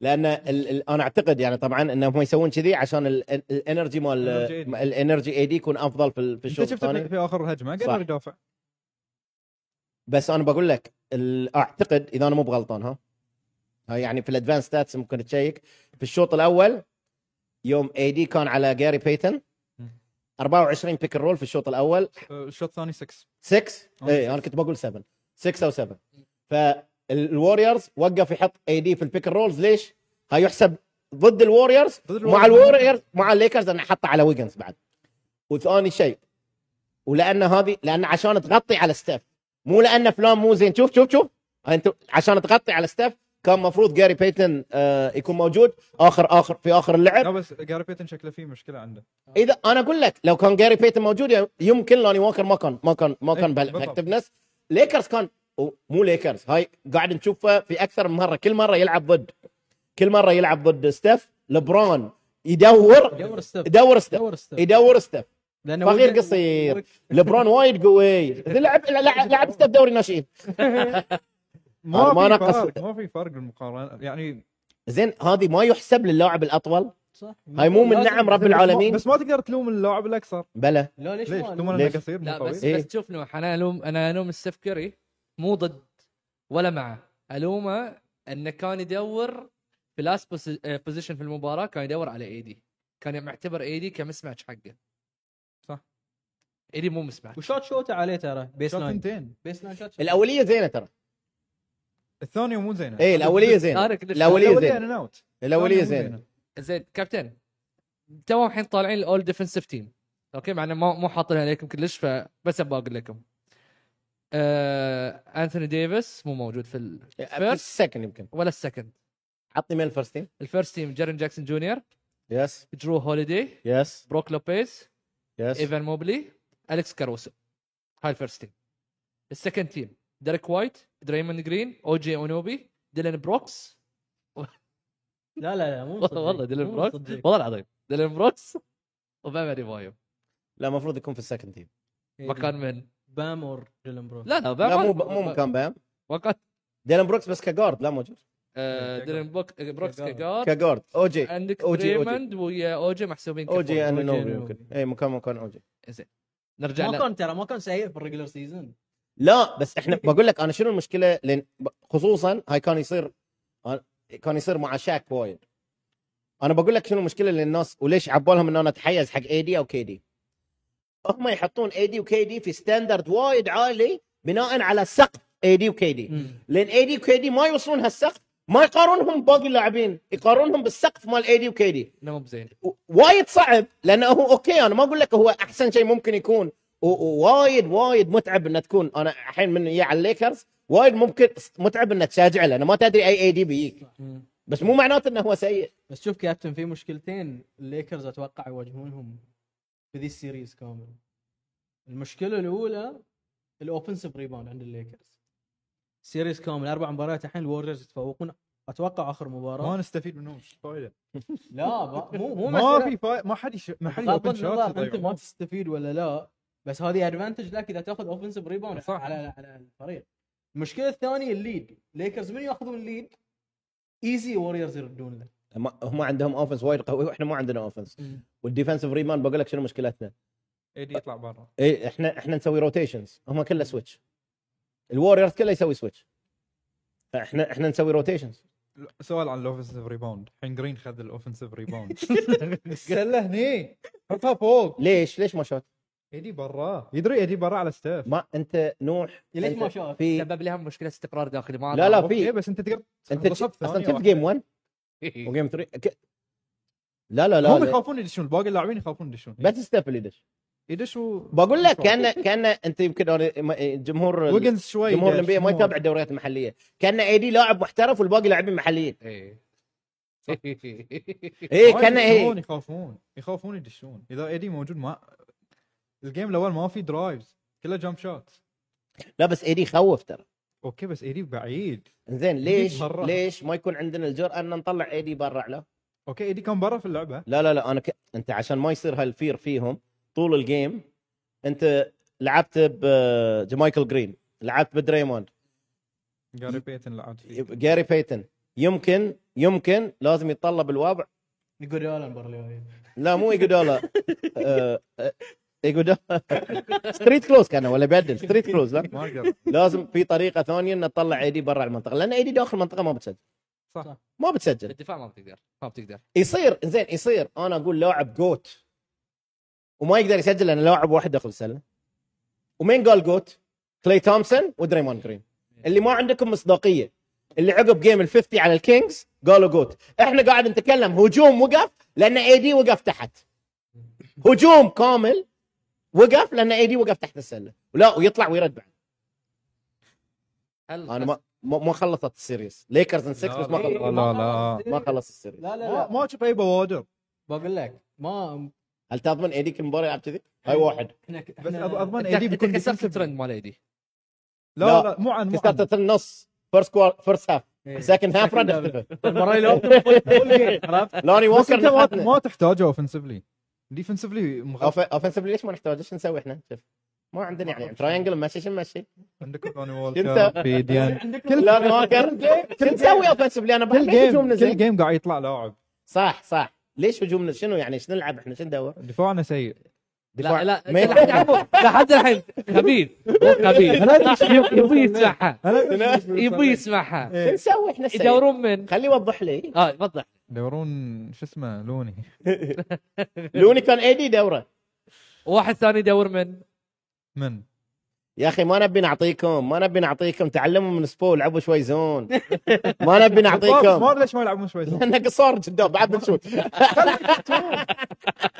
لان ال ال انا اعتقد يعني طبعا انهم يسوون كذي عشان ال- ال- الانرجي مال
الانرجي اي دي.
الانرجي اي دي يكون افضل في, ال- في
انت
الشوط
شفت في
الثاني
في اخر الهجمه
صح.
قدر يدافع
بس انا بقول لك ال- اعتقد اذا انا مو بغلطان ها ها يعني في الادفانس ستاتس ممكن تشيك في الشوط الاول يوم اي دي كان على جاري بيتن 24 بيك رول في الشوط الاول
أه، الشوط الثاني 6
6
أو
اي
six.
انا إيه، كنت بقول 7 6 او 7 فالوريورز وقف يحط اي دي في البيك رولز ليش؟ هاي يحسب ضد الوريورز
ضد
مع
الوريورز.
الوريورز مع الليكرز انا حطه على ويجنز بعد وثاني شيء ولان هذه لان عشان تغطي على ستيف مو لان فلان مو زين شوف شوف شوف انت عشان تغطي على ستيف كان مفروض جاري بيتن آه يكون موجود اخر اخر في اخر اللعب
لا بس جاري بيتن شكله فيه مشكله عنده
اذا انا اقول لك لو كان جاري بيتن موجود يمكن لوني ووكر ما كان ما كان ما كان
إيه، بالضبط.
بالافكتفنس ليكرز كان و- مو ليكرز هاي قاعد نشوفه في اكثر من مره كل مره يلعب ضد كل مره يلعب ضد ستيف لبرون يدور
دور ستيب
يدور ستيف
دور ستيب
يدور ستيف
لانه
إيه، فقير
وجه-
قصير لبرون وايد قوي لعب لعب- لعب ستيف دوري ناشئين
ما
ما
في
نقص.
فرق ما في فرق المقارنه يعني
زين هذه ما يحسب للاعب الاطول
صح
هاي مو من
لازم-
نعم رب
بس ما-
العالمين
بس ما تقدر تلوم اللاعب الاكثر
بلا
لا ليش
ليش
ما
تلوم
ليش؟
انه قصير مو
لا بس
طويل
إيه.
بس تشوف نوح انا الوم انا الوم ستيف كوري مو ضد ولا معه الومه انه كان يدور في لاست بوزيشن في المباراه كان يدور على ايدي كان معتبر ايدي كمس ماتش حقه
صح.
ايدي مو مس ماتش
وشوت شوت عليه ترى بيس
شوط
لاين
ثنتين
بيس لاين شوت
الاوليه زينه ترى
الثانيه مو زينه
ايه الاوليه زينه
تارك ليش-
الأولية زينة.
ان اوت
الاوليه زينه
زين كابتن تو الحين طالعين الاول ديفنسيف تيم اوكي مع انه ما مو حاطينها عليكم كلش فبس ابغى اقول لكم آه، انثوني ديفيس مو موجود في ال...
في السكن يمكن
ولا السكند
عطني مين الفيرست تيم
الفيرست تيم جيرن جاكسون جونيور
يس
درو هوليدي
يس
بروك لوبيز
يس
ايفان موبلي اليكس كاروسو هاي الفيرست تيم السكند تيم ديريك وايت دريموند جرين او جي اونوبي ديلان بروكس
لا لا لا مو
والله والله ديلان بروكس والله العظيم ديلان بروكس وباما ديبايو
لا المفروض يكون في السكند تيم
مكان من
بام اور ديلان بروك
لا لا
إيه. لا
باما
مو مو مكان بام
وقت
ديلان بروكس بس كجارد لا موجود
آه،
كجارد.
ديلان بروك- بروكس
كجارد.
كجارد
كجارد او جي
عندك
أو جي، إيه. أو جي.
دريموند ويا اوجي محسوبين
او جي
كفول.
انا نوبي
أنوبي.
يمكن اي إيه، مكان مكان او جي
نرجع
ما
ل-
كان ترى ما كان سيء في الريجلر سيزون
لا بس احنا بقول لك انا شنو المشكله لان ب- خصوصا هاي كان يصير كان يصير مع شاك وايد انا بقول لك شنو المشكله للناس وليش عبالهم ان انا اتحيز حق اي دي او كي دي هم يحطون اي دي وكي دي في ستاندرد وايد عالي بناء على سقف اي دي وكي
إيه.
دي لان اي دي وكي دي ما يوصلون هالسقف ما يقارنهم باقي اللاعبين يقارنهم بالسقف مال اي دي وكي دي
انه مو بزين
و- وايد صعب لانه هو اوكي انا ما اقول لك هو احسن شيء ممكن يكون و- ووايد وايد متعب انه تكون انا الحين من يا على الليكرز وايد ممكن متعب انه تشجع لانه ما تدري اي اي دي بيجيك بس مو معناته انه هو سيء
بس شوف كابتن في مشكلتين الليكرز اتوقع يواجهونهم في ذي السيريز كامل المشكله الاولى الاوفنسيف ريباوند عند الليكرز سيريز كامل اربع مباريات الحين الوريرز يتفوقون اتوقع اخر
ما
مباراه
نستفيد منهم مش فايده
لا ب- مو مو
ما في فايده ما حد يش... ما حد
بغض
يوبن
النظر انت ما
شوت
تستفيد ولا لا بس هذه ادفانتج لك اذا تاخذ اوفنسيف ريباوند
صح.
على على الفريق المشكله الثانيه الليد ليكرز من ياخذون الليد ايزي ووريرز يردون له
ما- هم عندهم اوفنس وايد قوي واحنا ما عندنا اوفنس والديفنسيف ريمان بقول لك شنو مشكلتنا
اي دي يطلع برا
إيه احنا احنا نسوي روتيشنز هم كله سويتش الوريورز كله يسوي سويتش احنا احنا نسوي روتيشنز
سؤال عن الاوفنسيف ريباوند الحين جرين خذ الاوفنسيف ريباوند
سله
هني حطها فوق
ليش ليش ما شوت؟
ايدي برا يدري ايدي برا على ستيف
ما انت نوح
يا ليت ما
أنت
شاف.
في
سبب لهم مشكله استقرار داخلي ما
لا، لا. في.
أوكي، بس انت تقدر
انت
تخلصها
شف- اصلا
بثانية
شفت
واحدة. إيه.
جيم 1 وجيم 3 ك... لا لا لا
هم
لا.
يخافون يدشون باقي اللاعبين يخافون يدشون
بس ستيف يدش
يدش و
بقول لك كان كان انت يمكن أنا- ما- إيه، جمهور ال-
ويجنز شوي
جمهور
دش،
الانبياء ما
مو-
يتابع الدوريات المحليه كان اي دي لاعب محترف والباقي لاعبين محليين
إيه.
ايه
ما
كان
يدشون،
ايه
يخافون يخافون يدشون اذا ايدي موجود ما الجيم الاول ما في درايفز كله جامب شوت
لا بس اي دي خوف ترى
اوكي بس ايدي بعيد
زين ليش
برا.
ليش ما يكون عندنا الجرأه ان نطلع اي دي برا على
اوكي ايدي كان برا في اللعبه
لا لا لا انا ك... انت عشان ما يصير هالفير فيهم طول الجيم انت لعبت بجمايكل جرين لعبت بدريموند
جاري بيتن لعب فيه
جاري بيتن يمكن يمكن لازم يتطلب الوضع
يقول يا برا اليوم.
لا مو ايجودولا آه، آه، ايجودولا ستريت كلوز كان ولا بدل ستريت كلوز لا
ما اقدر
لازم في طريقه ثانيه ان تطلع ايدي برا المنطقه لان ايدي داخل المنطقه ما بتسجل
صح
ما بتسجل
بالدفاع ما بتقدر ما بتقدر
يصير زين يصير انا اقول لاعب جوت وما يقدر يسجل لان لاعب واحد داخل السله ومين قال جوت؟ كلي تومسون ودريمون جرين اللي ما عندكم مصداقيه اللي عقب جيم ال50 على الكينجز قالوا جوت احنا قاعد نتكلم هجوم وقف لان اي دي وقف تحت هجوم كامل وقف لان اي دي وقف تحت السله ولا ويطلع ويرد بعد
هل
انا ما ما ما خلصت السيريس ليكرز ان سكسرز إيه، ما خلصت
لا، لا، لا.
ما خلص السيريس
لا لا
ما
لا
ما اشوف اي بوادر
بقول لك ما
هل تضمن اي دي كل مباراه يلعب كذي؟ هاي واحد
احنا
بس أب- اضمن
ايدي
ايدي بيكون
كسرت
defensive.
الترند مال ايدي
لا لا مو عن مو عن
كسرت النص فيرست كوار فيرست هاف
إيه.
سكند هاف رد اختفى.
المره اللي لعبت فول جيم إيه. عرفت
لوني
بس انت ما-
ووكر
ما تحتاجه اوفنسفلي ديفنسفلي
اوفنسفلي ليش ما نحتاج ايش نسوي احنا؟ شوف ما عندنا يعني تراينجل مشي شو نمشي؟
عندك لوني
أنت-
وولكر في ديان
لوني ووكر شو نسوي اوفنسفلي انا
كل
بحب ليش
جيم
هجومنا
كل
زين
جيم قاعد يطلع لاعب
صح صح ليش هجومنا شنو يعني ايش نلعب احنا شو ندور؟
دفاعنا سيء
لا لا
ما
لحد الحين- لحد الحين خبيث مو خبيث يبي يسمعها يبي يسمعها
شو
إيه،
نسوي احنا السيء؟
يدورون من
خليه يوضح لي
اه وضح
يدورون شو اسمه لوني
لوني كان ايدي دوره
واحد ثاني يدور من
من
يا اخي ما نبي نعطيكم ما نبي نعطيكم تعلموا من سبو لعبوا شوي زون ما نبي
طيب، ما
نعطيكم
أدري ليش ما يلعبون شوي زون.
لانه قصار قدام بعد بنشوت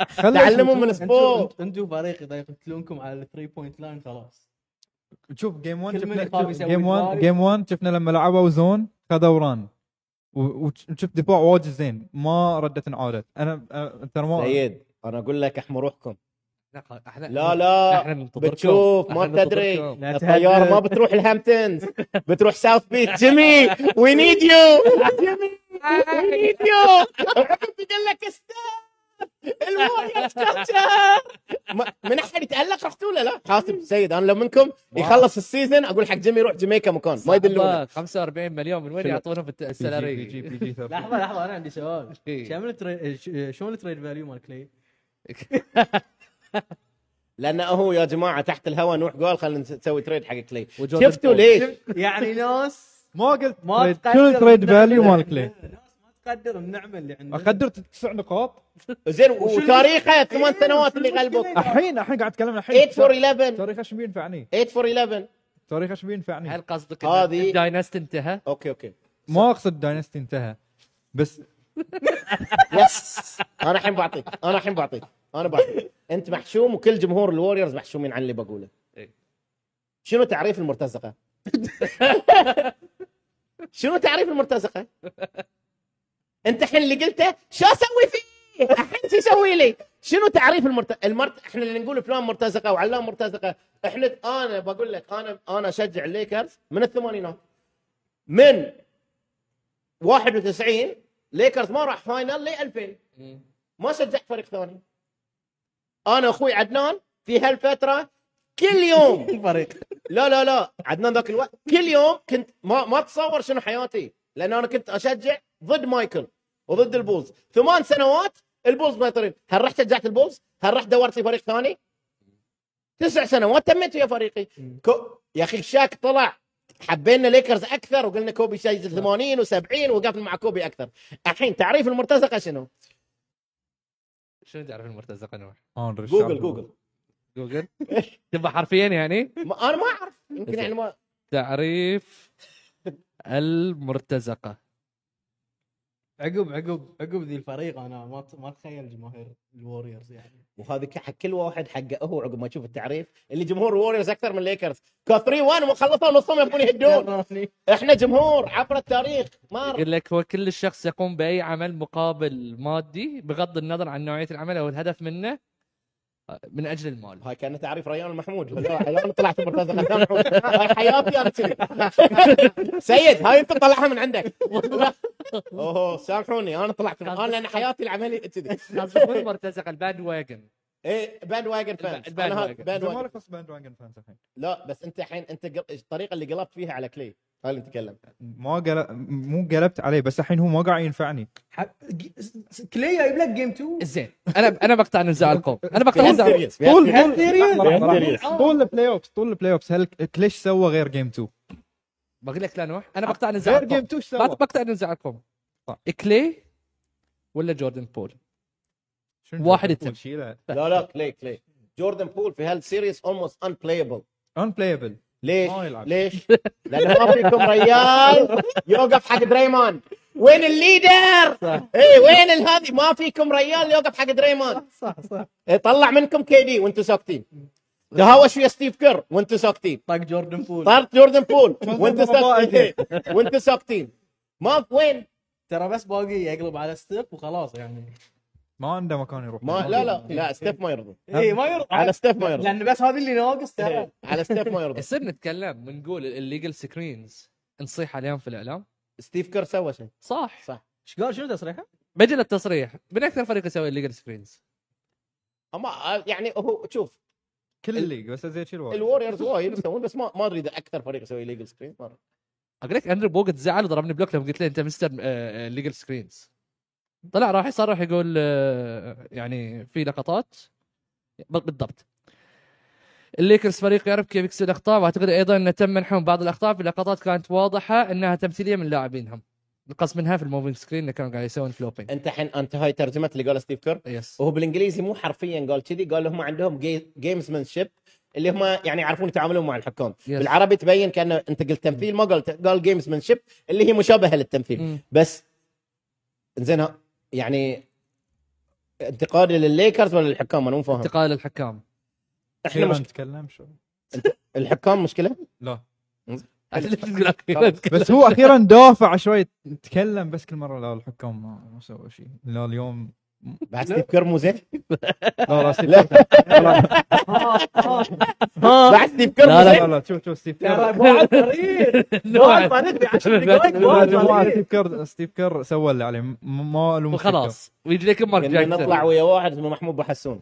خلي-
تعلموا من سبو
انتوا انتوا فريق اذا يقتلونكم على الثري بوينت لاين خلاص
شوف جيم 1
كل من يخاف يسوي
شفنا جيم 1
درايف.
جيم 1 شفنا لما لعبوا زون خذوا ران و- وشفت دفاع واجد زين ما ردت انعادت انا أه، ترى ما
سيد انا اقول لك احمر روحكم
احنا
لا لا
احنا ننتظركم
بتشوف ما
إحنا
تدري.
ننتظركم.
لا
الطياره ما بتروح الهامبتونز بتروح ساوث بيت جيمي وي نيد يو جيمي وي نيد يو قال لك ستاف الوريورز كلتشر. ما- من احد يتالق رحتوا له لا حاسب سيد انا لو منكم يخلص السيزون اقول حق جيمي روح جامايكا مكان ما يدلونه
الله، 45 مليون من وين
شنو؟
يعطونهم الت- السلاري
لحظه لحظه انا عندي سؤال
إيه.
كم التري- ش- شلون التريد فاليو مال كلي؟
لانه هو يا جماعه تحت الهواء نوح قال خلينا نسوي تريد حق كلي
وجوردن
شفتوا
بول.
ليش
يعني ناس
ما قلت
ما
trade.
تقدر
شنو التريد
النعمة
فاليو
اللي
مال
عندنا.
كلي
ناس ما تقدر النعمه اللي عندنا
اقدر تسع نقاط
زين
وشو
وتاريخه ثمان
إيه،
سنوات
شو
اللي
المشكلة
غلبوك
إذا-
الحين الحين قاعد اتكلم الحين
8 فور 11
تاريخ ايش بينفعني
8 فور 11
تاريخ ايش بينفعني
هل قصدك
هذه-
هذه داينست انتهى؟
اوكي اوكي
ما اقصد داينستي انتهى بس
يس انا الحين بعطيك انا الحين بعطيك انا بعطيك انت محشوم وكل جمهور الوريورز محشومين عن اللي بقوله
إيه.
شنو تعريف المرتزقه؟ شنو تعريف المرتزقه؟ انت الحين اللي قلته شو اسوي فيه؟ الحين شو اسوي لي؟ شنو تعريف المرت... المرت... احنا اللي نقول فلان مرتزقه وعلان مرتزقه احنا انا بقول لك انا انا اشجع الليكرز من الثمانينات من 91 ليكرز ما راح فاينل ل 2000 ما شجعت فريق ثاني انا اخوي عدنان في هالفتره كل يوم
الفريق
لا لا لا عدنان ذاك الوقت كل يوم كنت ما ما تصور شنو حياتي لان انا كنت اشجع ضد مايكل وضد البولز ثمان سنوات البولز ما يطيرون هل رحت شجعت البولز؟ هل رحت دورت لي فريق ثاني؟ تسع سنوات تميت ويا فريقي كو... يا اخي شاك طلع حبينا ليكرز اكثر وقلنا كوبي شيء 80 و70 وقفنا مع كوبي اكثر الحين تعريف المرتزقه شنو؟
شنو تعرف المرتزقه نوح؟
اونري
جوجل
الشعب.
جوجل
جوجل تبغى حرفيا يعني
ما انا ما اعرف يمكن يعني ما
تعريف المرتزقه
عقب عقب عقب ذي الفريق انا ما ت- ما اتخيل جماهير الوريورز يعني
وهذه ك- حق كل واحد حقه هو عقب ما يشوف التعريف اللي جمهور ووريرز اكثر من ليكرز كفري 1 وخلصوا نصهم يبون يهدون
دراني.
احنا جمهور عبر التاريخ مار
يقول لك هو كل شخص يقوم باي عمل مقابل مادي بغض النظر عن نوعيه العمل او الهدف منه من اجل المال
هاي كان تعريف ريان المحمود لا، انا طلعت مرتزقه هاي حياتي انا كذي سيد هاي انت طلعها من عندك اوه سامحوني انا طلعت انا لان حياتي العمليه كذي
قصدك المرتزقه الباد واجن
ايه باند واجن فانز
الباند
انا
واجن.
باند
إذا
واجن
مالك بس باند واجن فانز الحين
لا بس انت الحين انت قل- الطريقه اللي قلبت فيها على كلي هاي اللي نتكلم
ما قل... مو قلبت عليه بس الحين هو ما قاعد ينفعني
حب... كلي جايب لك جيم 2
زين انا انا بقطع نزاع القوم انا بقطع نزاع القوم.
سيريس فيها سيريس.
إيه.
طول البلاي اوف طول البلاي اوف هل كليش سوى غير جيم 2
بقول لك لا نوح انا بقطع نزاع
غير جيم
القوم
2 ايش
ما
سوى؟
بقطع نزاع القوم
طيب.
كلي ولا جوردن بول
شنو
واحد
جوردن بول
يتم.
شيله
لا لا كلي كلي جوردن بول في هالسيريس اولموست ان بلايبل
ان بلايبل
ليش؟
ما يلعب.
ليش؟ لان ما فيكم ريال يوقف حق دريموند وين الليدر؟ اي وين الهذي ما فيكم ريال يوقف حق دريموند
صح صح
إيه، طلع منكم كي دي وانتم ساكتين تهاوش ويا ستيف كير وانتم ساكتين
طاق جوردن بول
طارت جوردن بول وانتم
بابا
ساكتين وانتم ساكتين ما وين؟
ترى بس باقي يقلب على ستيف وخلاص يعني
ما عنده مكان يروح
ما لا لا لا ستيف ما يرضى
اي إيه، ما يرضى
على ستيف ما يرضى
لان بس هذه اللي ناقص ترى
إيه، على ستيف ما يرضى
يصير نتكلم ونقول الليجل سكرينز نصيح عليهم في الاعلام
ستيف كير سوى شيء
صح
صح
ايش قال شنو تصريحه؟
بجل التصريح من اكثر فريق يسوي الليجل سكرينز
اما يعني هو شوف
كل الليج بس زي شيل واحد
الوريورز وايد يسوون بس ما ما ادري اذا اكثر فريق يسوي ليجل سكرين مره
اقول لك اندرو بوجت زعل وضربني بلوك لما قلت له انت مستر آه، ليجل سكرينز طلع راح يصرح يقول آه، يعني في لقطات ب- بالضبط الليكرز فريق يعرف كيف يكسب الاخطاء واعتقد ايضا انه تم منحهم بعض الاخطاء في لقطات كانت واضحه انها تمثيليه من لاعبينهم القصد منها في الموفينج سكرين اللي كانوا قاعد يسوون فلوبينج
انت الحين انت هاي ترجمه اللي قال ستيف كير
يس
وهو بالانجليزي مو حرفيا قال كذي قال هم عندهم جيمز شيب اللي هم يعني يعرفون يتعاملون مع الحكام
يس.
بالعربي تبين كانه انت قلت تمثيل ما قلت قال جيمز شيب اللي هي مشابهه للتمثيل
مم.
بس زين ها- يعني انتقادي للليكرز ولا للحكام انا مو فاهم
انتقال الحكام
احنا مش...
نتكلم شو
الحكام مشكله
لا
ليش تقول
خلاص.
أخيراً؟
بس هو اخيرا دافع شوي تكلم بس كل مره لا الحكام ما, ما سوى شيء لا اليوم
بعد ستيف كير مو زين
لا لا ستيف
لا.
كير-
آه،
بعد ستيف كير مو
لا،
زين
لا لا شوف شوف ستيف كير
ترى بعد طريق بعد ما ندري 10 دقائق
لا،
بعد
جماعة،
طريق
ستيف كير ستيف كير سوى اللي عليه م- ما الوم ستيف كير.
وخلاص ويجي لك مارك
كنا
جاكسون
يعني نطلع ويا واحد اسمه محمود بحسون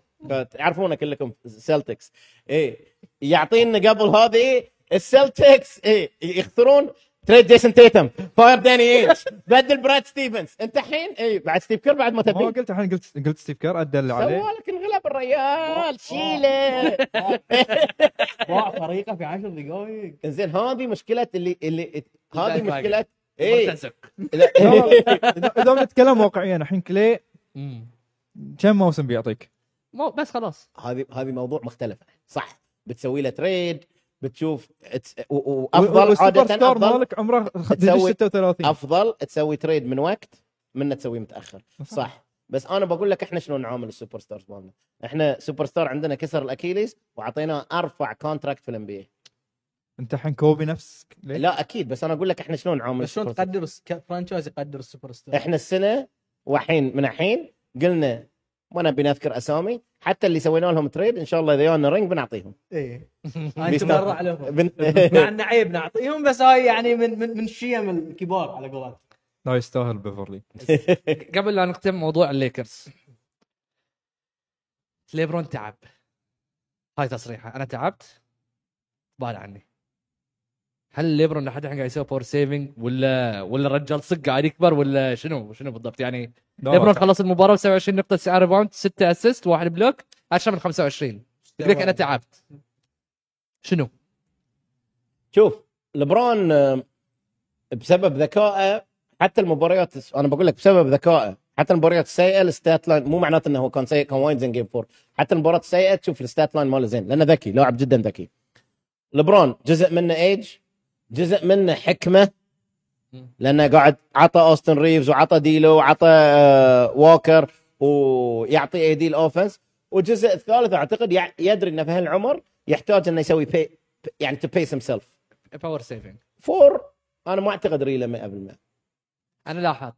تعرفونه كلكم سلتكس ايه يعطينا قبل هذه السلتكس ايه يخسرون تريد جيسون تيتم فاير داني ايج بدل براد ستيفنز انت الحين ايه بعد ستيف كير بعد ما
ما
تبي
قلت الحين قلت قلت ستيف كير ادى اللي عليه
سوالك انغلب الريال شيله
باع فريقه في 10 دقائق
زين هذه مشكله اللي اللي هذه
الباك باك.
مشكله ايه
مرتزق
لا،
لا، لا، اذا إذا بنتكلم واقعيا الحين كلي
مم.
كم موسم بيعطيك؟
مو بس خلاص
هذه هذه موضوع مختلف صح بتسوي له تريد بتشوف it's- و- و- وافضل عاده
ستار
افضل
مالك عمره خ-
تسوي-
36
افضل تسوي تريد من وقت من إنك تسويه متاخر صح بس انا بقول لك احنا شلون نعامل السوبر ستارز مالنا احنا سوبر ستار عندنا كسر الاكيليز واعطيناه ارفع كونتراكت في الانبي
انت الحين كوبي نفس كلي؟
لا اكيد بس انا اقول لك احنا شلون نعامل
إيه. بس شلون
السوبر ستارز.
تقدر الس- كفرانشايز يقدر السوبر ستار
احنا السنه وحين من الحين قلنا ما نبي نذكر اسامي حتى اللي سوينا لهم تريد ان شاء الله اذا جانا رينج بنعطيهم
ايه انت
بيستار.
مره عليهم
بن...
مع انه عيب نعطيهم بس هاي يعني من من من الشيم الكبار على قولتهم
لا يستاهل بيفرلي
قبل لا نختم موضوع الليكرز ليبرون تعب هاي تصريحه انا تعبت بالع عني هل ليبرون لحد الحين قاعد يسوي باور سيفنج ولا ولا الرجال صق قاعد يكبر ولا شنو شنو بالضبط يعني ليبرون خلص المباراه ب 27 نقطه 9 ريباوند 6 اسيست واحد بلوك 10 من 25 يقول لك انا تعبت شنو؟
شوف لبرون آه، بسبب ذكائه حتى المباريات انا بقول لك بسبب ذكائه حتى المباريات السيئه الستات لاين مو معناته انه هو كان سيء كان وايد زين جيم 4 حتى المباريات السيئه تشوف الستات لاين ماله زين لانه ذكي لاعب جدا ذكي لبرون جزء منه ايج جزء منه حكمه لانه قاعد عطى اوستن ريفز وعطى ديلو وعطى آه، ووكر ويعطي اي دي الاوفنس والجزء الثالث اعتقد يع- يدري انه في هالعمر يحتاج انه يسوي بي يعني تو بيس هيم سيلف
باور سيفنج
فور انا ما اعتقد ريلا 100%
انا لاحظت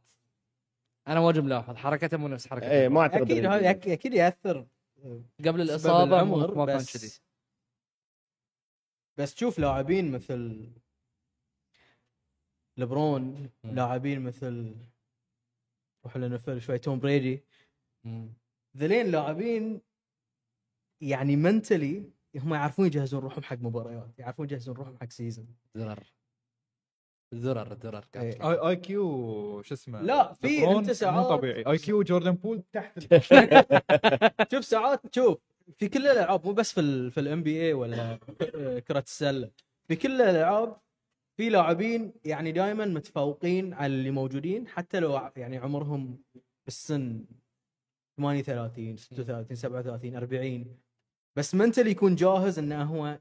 انا واجب ملاحظ حركته مو نفس حركته
إيه،
اي إيه، ما اعتقد
اكيد
ريلا.
هذا أك- اكيد ياثر
قبل
بسبب
الاصابه مو-
العمر،
ما كان
بس-
كذي
بس تشوف لاعبين مثل لبرون لاعبين مثل روح لنفل شوي توم بريدي
مم.
ذلين لاعبين يعني منتلي هم يعرفون يجهزون روحهم حق مباريات يعرفون يجهزون روحهم حق سيزون
زرر زرر زرر قاعد
إيه.
تلعب.
اي اي كيو شو اسمه
لا، في
لبرون
أنت ساعات-
مو طبيعي اي كيو جوردن بول تحت
شوف ساعات شوف في كل الالعاب مو بس في ال في الام بي اي ولا كره السله في كل الالعاب في لاعبين يعني دائما متفوقين على اللي موجودين حتى لو ع- يعني عمرهم بالسن 38 36 37 40 بس منتل يكون جاهز انه هو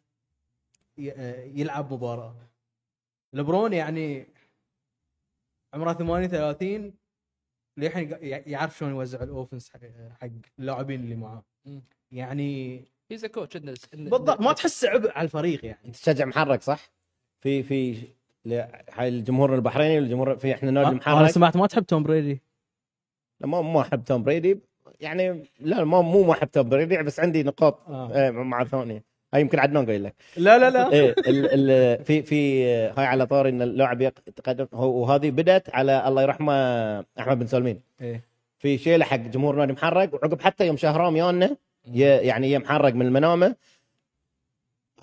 ي- آه، يلعب مباراه لبرون يعني عمره 38 للحين قا- يع- يعرف شلون يوزع الاوفنس حق- حق اللاعبين اللي معاه
مم.
يعني
He's a coach. إن- إن-
بالضبط ما تحس عبء على الفريق يعني
انت تشجع محرك صح؟ في في ل- حي- الجمهور البحريني والجمهور في احنا نادي
انا
محرك
سمعت ما تحب توم بريدي
لا، ما ما احب توم بريدي يعني لا ما مو ما احب توم بريدي بس عندي نقاط
آه.
آه، مع ثانيه هاي يمكن عدنان قايل لك
لا لا لا
إيه، ال- ال- في في آه، هاي على طاري ان اللاعب يق- يتقدم هو- وهذه بدات على الله يرحمه احمد بن سلمين
إيه.
في شيله حق جمهور نادي محرق وعقب حتى يوم شهرام يانا ي- يعني يا محرق من المنامه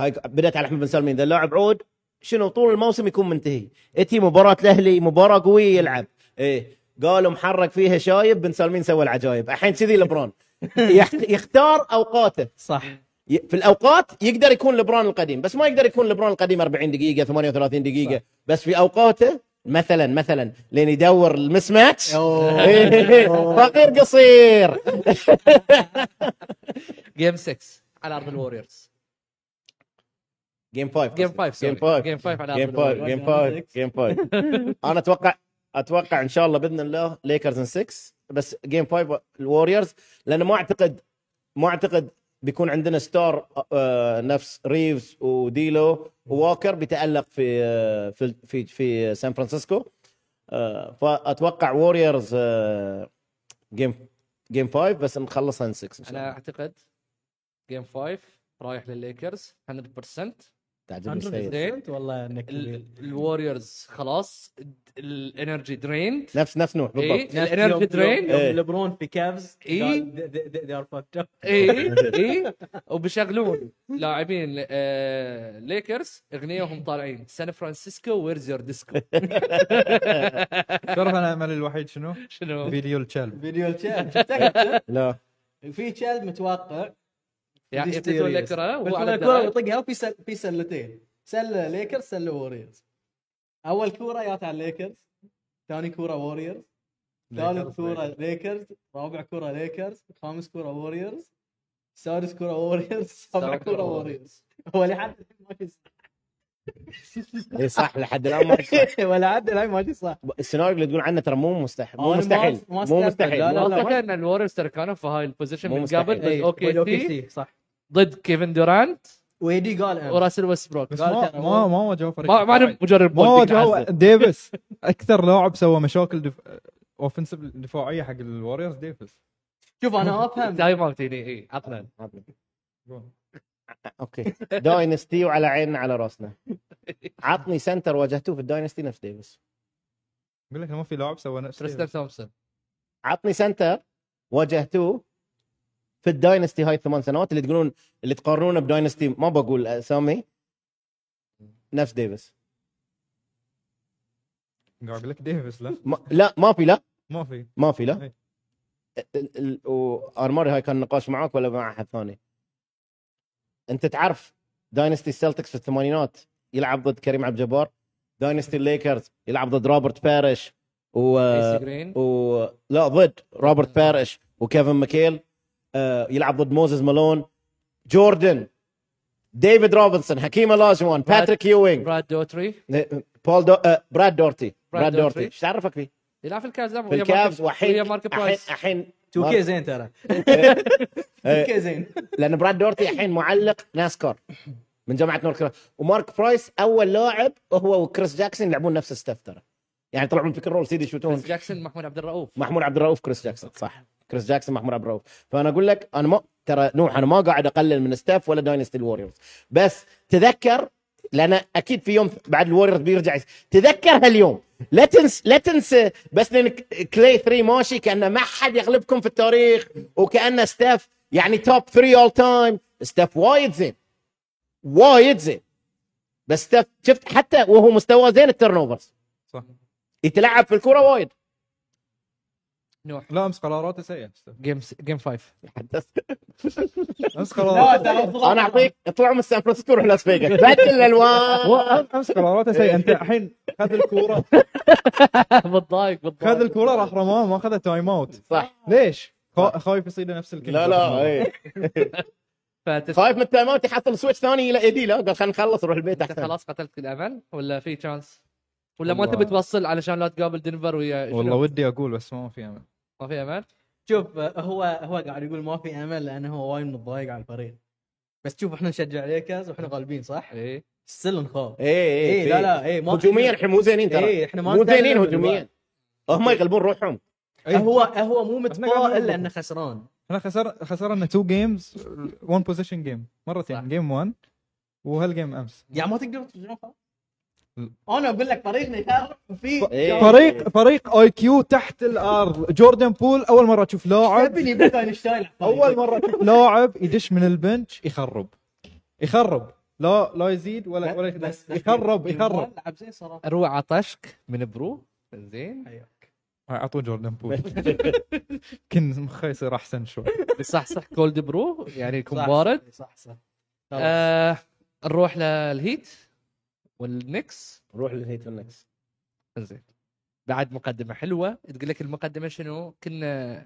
هاي بدات على احمد بن سلمين ذا اللاعب عود شنو طول الموسم يكون منتهي اتي مباراه الاهلي مباراه قويه يلعب ايه قالوا محرق فيها شايب بن سلمين سوى العجايب الحين كذي لبرون يحت- يختار اوقاته
صح
ي- في الاوقات يقدر يكون لبرون القديم بس ما يقدر يكون لبرون القديم 40 دقيقه 38 دقيقه
صح.
بس في اوقاته مثلا مثلا لين يدور المسماتش
أوه.
فقير قصير
جيم 6 على ارض
إيه.
الوريورز
جيم 5
جيم 5
جيم 5
جيم 5 على
جيم
ارض
فايف
الوريورز
جيم فايف جيم فايف انا اتوقع اتوقع ان شاء الله باذن الله ليكرز ان 6 بس جيم فايف الوريورز لانه ما اعتقد ما اعتقد بيكون عندنا ستار آه، نفس ريفز وديلو ووكر بيتالق في آه، في في, في سان فرانسيسكو آه، فاتوقع ووريرز جيم جيم 5 بس نخلصها ان 6 ان شاء
انا
الله
اعتقد جيم 5 رايح للليكرز 100%
تعجبني السيد
100% والله انك كبير.
الوريورز خلاص الانرجي دريند
نفس نفس نوح
إيه.
بالضبط
نفس
الإنرجي
يوم- يوم-
درين.
إيه.
يوم لبرون في كافز
إيه.
ذي ار فاكت اب
اي اي وبيشغلون لاعبين آه، ليكرز اغنياهم طالعين سان فرانسيسكو ويرز يور ديسكو
تعرف انا املي الوحيد شنو؟
شنو
فيديو الكلب
فيديو الشال شفتها؟
لا
في شال متوقع
يعني يفتتون الكره وهو على
الكره
الدرج.
ويطقها في سل... في سلتين سله ليكرز سله ووريرز اول كوره جات على الليكرز ثاني كوره ووريرز ثالث كوره ليكرز رابع كوره ليكرز خامس كوره ووريرز سادس كوره ووريرز سابع
سابع كرة
كوره ووريرز ولا حد الحين ماشي صح
إيه، صح لحد الان ما
ولا حد الحين ماشي صح
السيناريو اللي تقول عنه ترى مو مستحيل مو
أنا ما-
مستحيل
ما
مو
استبعد.
مستحيل
لا، لا،
مو-
لا.
واضح ان الوريورز ترى كانوا في هاي البوزيشن
مو
من
مستحيل.
قبل ضد
إيه،
اوكي تي
OKC، صح
ضد كيفن دورانت
ويدي قال أنا.
وراسل ويستبروك
بس
قال
ما
ترى
ما ما واجهوا فريق
ما ما نبي مجرب
ما
بولتك
واجهوا
عزل.
ديفيس اكثر لاعب سوى مشاكل دف... اوفنسيف دفاعيه حق الوريورز ديفيس
شوف انا افهم
تايم اوت هني اي إيه. عطنا
اوكي داينستي وعلى عيننا على راسنا عطني سنتر واجهتوه في الداينستي نفس ديفيس
يقول لك ما في لاعب سوى نفس
تريستن
ديفيس.
تومسون
عطني سنتر واجهتوه في الداينستي هاي الثمان سنوات اللي تقولون اللي تقارنونه بداينستي ما بقول اسامي آه، نفس ديفيس
قاعد اقول لك ديفيس لا
ما لا ما في لا
ما في
ما في لا
إيه.
ال- ال- وارماري هاي كان نقاش معاك ولا مع احد ثاني؟ انت تعرف داينستي السلتكس في الثمانينات يلعب ضد كريم عبد الجبار داينستي الليكرز يلعب ضد روبرت باريش و
ايسي جرين
و لا ضد روبرت
آه.
باريش وكيفن ماكيل آه، يلعب ضد موزيس مالون جوردن ديفيد روبنسون حكيم الاجوان باتريك يوينغ
براد دوتري
بول دو... آه، براد دورتي براد
دورتي.
دورتي ايش تعرفك فيه؟
يلعب في الكافز
في الكافز
ويا
والحين
مارك
الحين
برايس
الحين
2
مارك-
كي زين ترى 2
إيه.
كي زين
لان براد دورتي الحين معلق ناسكار من جامعه نورث كارولينا ومارك برايس اول لاعب هو وكريس جاكسون يلعبون نفس الستاف ترى يعني يطلعون بيك رول سيدي يشوتون
بس جاكسون محمود عبد الرؤوف
محمود عبد الرؤوف كريس جاكسون صح كريس جاكسون محمود عبد الرؤوف فانا اقول لك انا ما ترى نوح انا ما قاعد اقلل من ستاف ولا داينستي الوريورز بس تذكر لان اكيد في يوم بعد الوريورز بيرجع يس- تذكر هاليوم لا تنس لا تنسى بس لان ك- كلي 3 ماشي كانه ما حد يغلبكم في التاريخ وكانه ستاف يعني توب 3 اول تايم ستاف وايد زين وايد زين بس ستاف شفت حتى وهو مستوى زين التيرن اوفرز
صح
يتلعب في الكوره وايد
نوح
لا امس قراراته سيئه
جيم جيم 5
امس
لا
قراراته
ترى
انا اعطيك اطلعوا من سان فرانسيسكو روح لاس فيغاس بدل الالوان
امس قراراته سيئه انت الحين خذ الكوره
بتضايق
خذ
بتضايق
الكوره راح رماه ما اخذ تايم اوت
صح
ليش؟ خا- خايف يصيده نفس الكينج
لا لا اي
فتت-
خايف من التايمات يحصل سويتش ثاني الى ايدي لا قال خلينا نخلص نروح البيت
انت
احسن
خلاص قتلت الامل ولا في تشانس ولا ما
والله.
تبي توصل علشان لا تقابل دنفر ويا شنو؟
والله ودي اقول بس ما في امل
ما في امل
شوف هو هو قاعد يقول ما في امل لانه هو وايد متضايق على الفريق بس شوف احنا نشجع ليكرز واحنا غالبين صح؟
اي
ستيل نخاف
اي اي
اي إيه، لا لا اي ما
هجوميا احنا إيه. مو زينين ترى
اي احنا ما
مو زينين
نستعجل من
هجوميا هم يغلبون روحهم
إيه.
هو هو مو
قاعدين
متفائل
نضرب.
لانه خسران
احنا خسر خسرنا تو جيمز 1 بوزيشن جيم
صح.
مرتين جيم 1 وهالجيم امس
يعني ما تقدر تشوف انا اقول لك فريقنا يخاف في
إيه.
فريق فريق اي كيو تحت الارض جوردن بول اول مره تشوف لاعب
تبني بيت اينشتاين
طيب.
اول مره تشوف لاعب يدش من البنش يخرب يخرب لا لا يزيد ولا ولا يخدم. يخرب يخرب
لعب زين صراحه
اروع عطشك من برو زين
اعطوه جوردن بول كان مخي يصير احسن شوي
صح صح كولد برو يعني يكون
صح،
بارد
صح صح خلاص.
آه نروح للهيت والنكس
روح للهيت والنكس
زين بعد مقدمه حلوه تقول لك المقدمه شنو كنا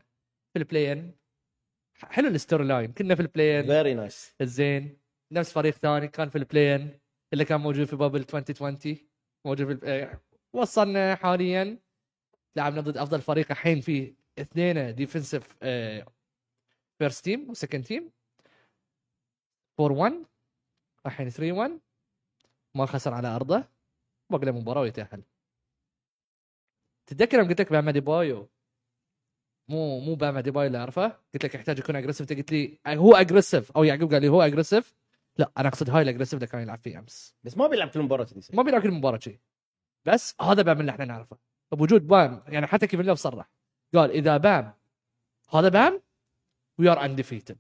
في البلاين حلو الستوري لاين كنا في البلاين
فيري نايس
زين نفس فريق ثاني كان في البلاين اللي كان موجود في بابل 2020 موجود في البلاين. وصلنا حاليا لعبنا ضد افضل فريق الحين فيه اثنين إيه، ديفنسيف فيرست تيم وسكند تيم 4 1 الحين 3 1 ما خسر على ارضه باقي له مباراه ويتاهل تتذكر يوم قلت لك بعمل بايو مو مو باما ديباي اللي اعرفه قلت لك يحتاج يكون اجريسيف انت قلت لي آه، هو اجريسيف او يعقوب قال لي هو اجريسيف لا انا اقصد هاي الاجريسيف اللي كان يلعب فيه امس
بس ما بيلعب كل مباراه دي
ما بيلعب كل مباراه شيء بس هذا بام اللي احنا نعرفه بوجود بام يعني حتى كيفن لوف صرح قال اذا بام هذا بام وي ار انديفيتد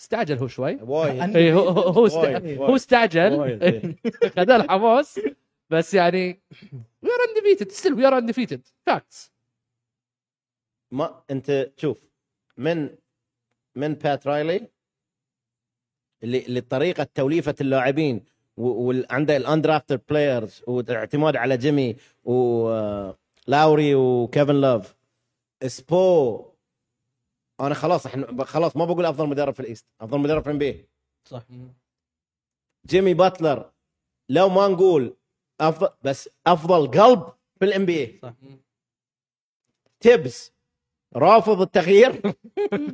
استعجل هو شوي
وايد
إيه، هو هو هو است-
وايد،
هو استعجل
وايد، إيه.
خذ الحماس بس يعني وي ار انديفيتد ستيل وي ار انديفيتد فاكتس
ما انت شوف من من بات رايلي اللي اللي طريقه توليفه اللاعبين وعنده الاندرافتد بلايرز والاعتماد على جيمي ولاوري وكيفن لوف سبو انا خلاص احنا خلاص ما بقول افضل مدرب في الايست افضل مدرب في الانبي
إيه،
صح
جيمي باتلر لو ما نقول افضل بس افضل قلب في الانبي
صح
تبس رافض التغيير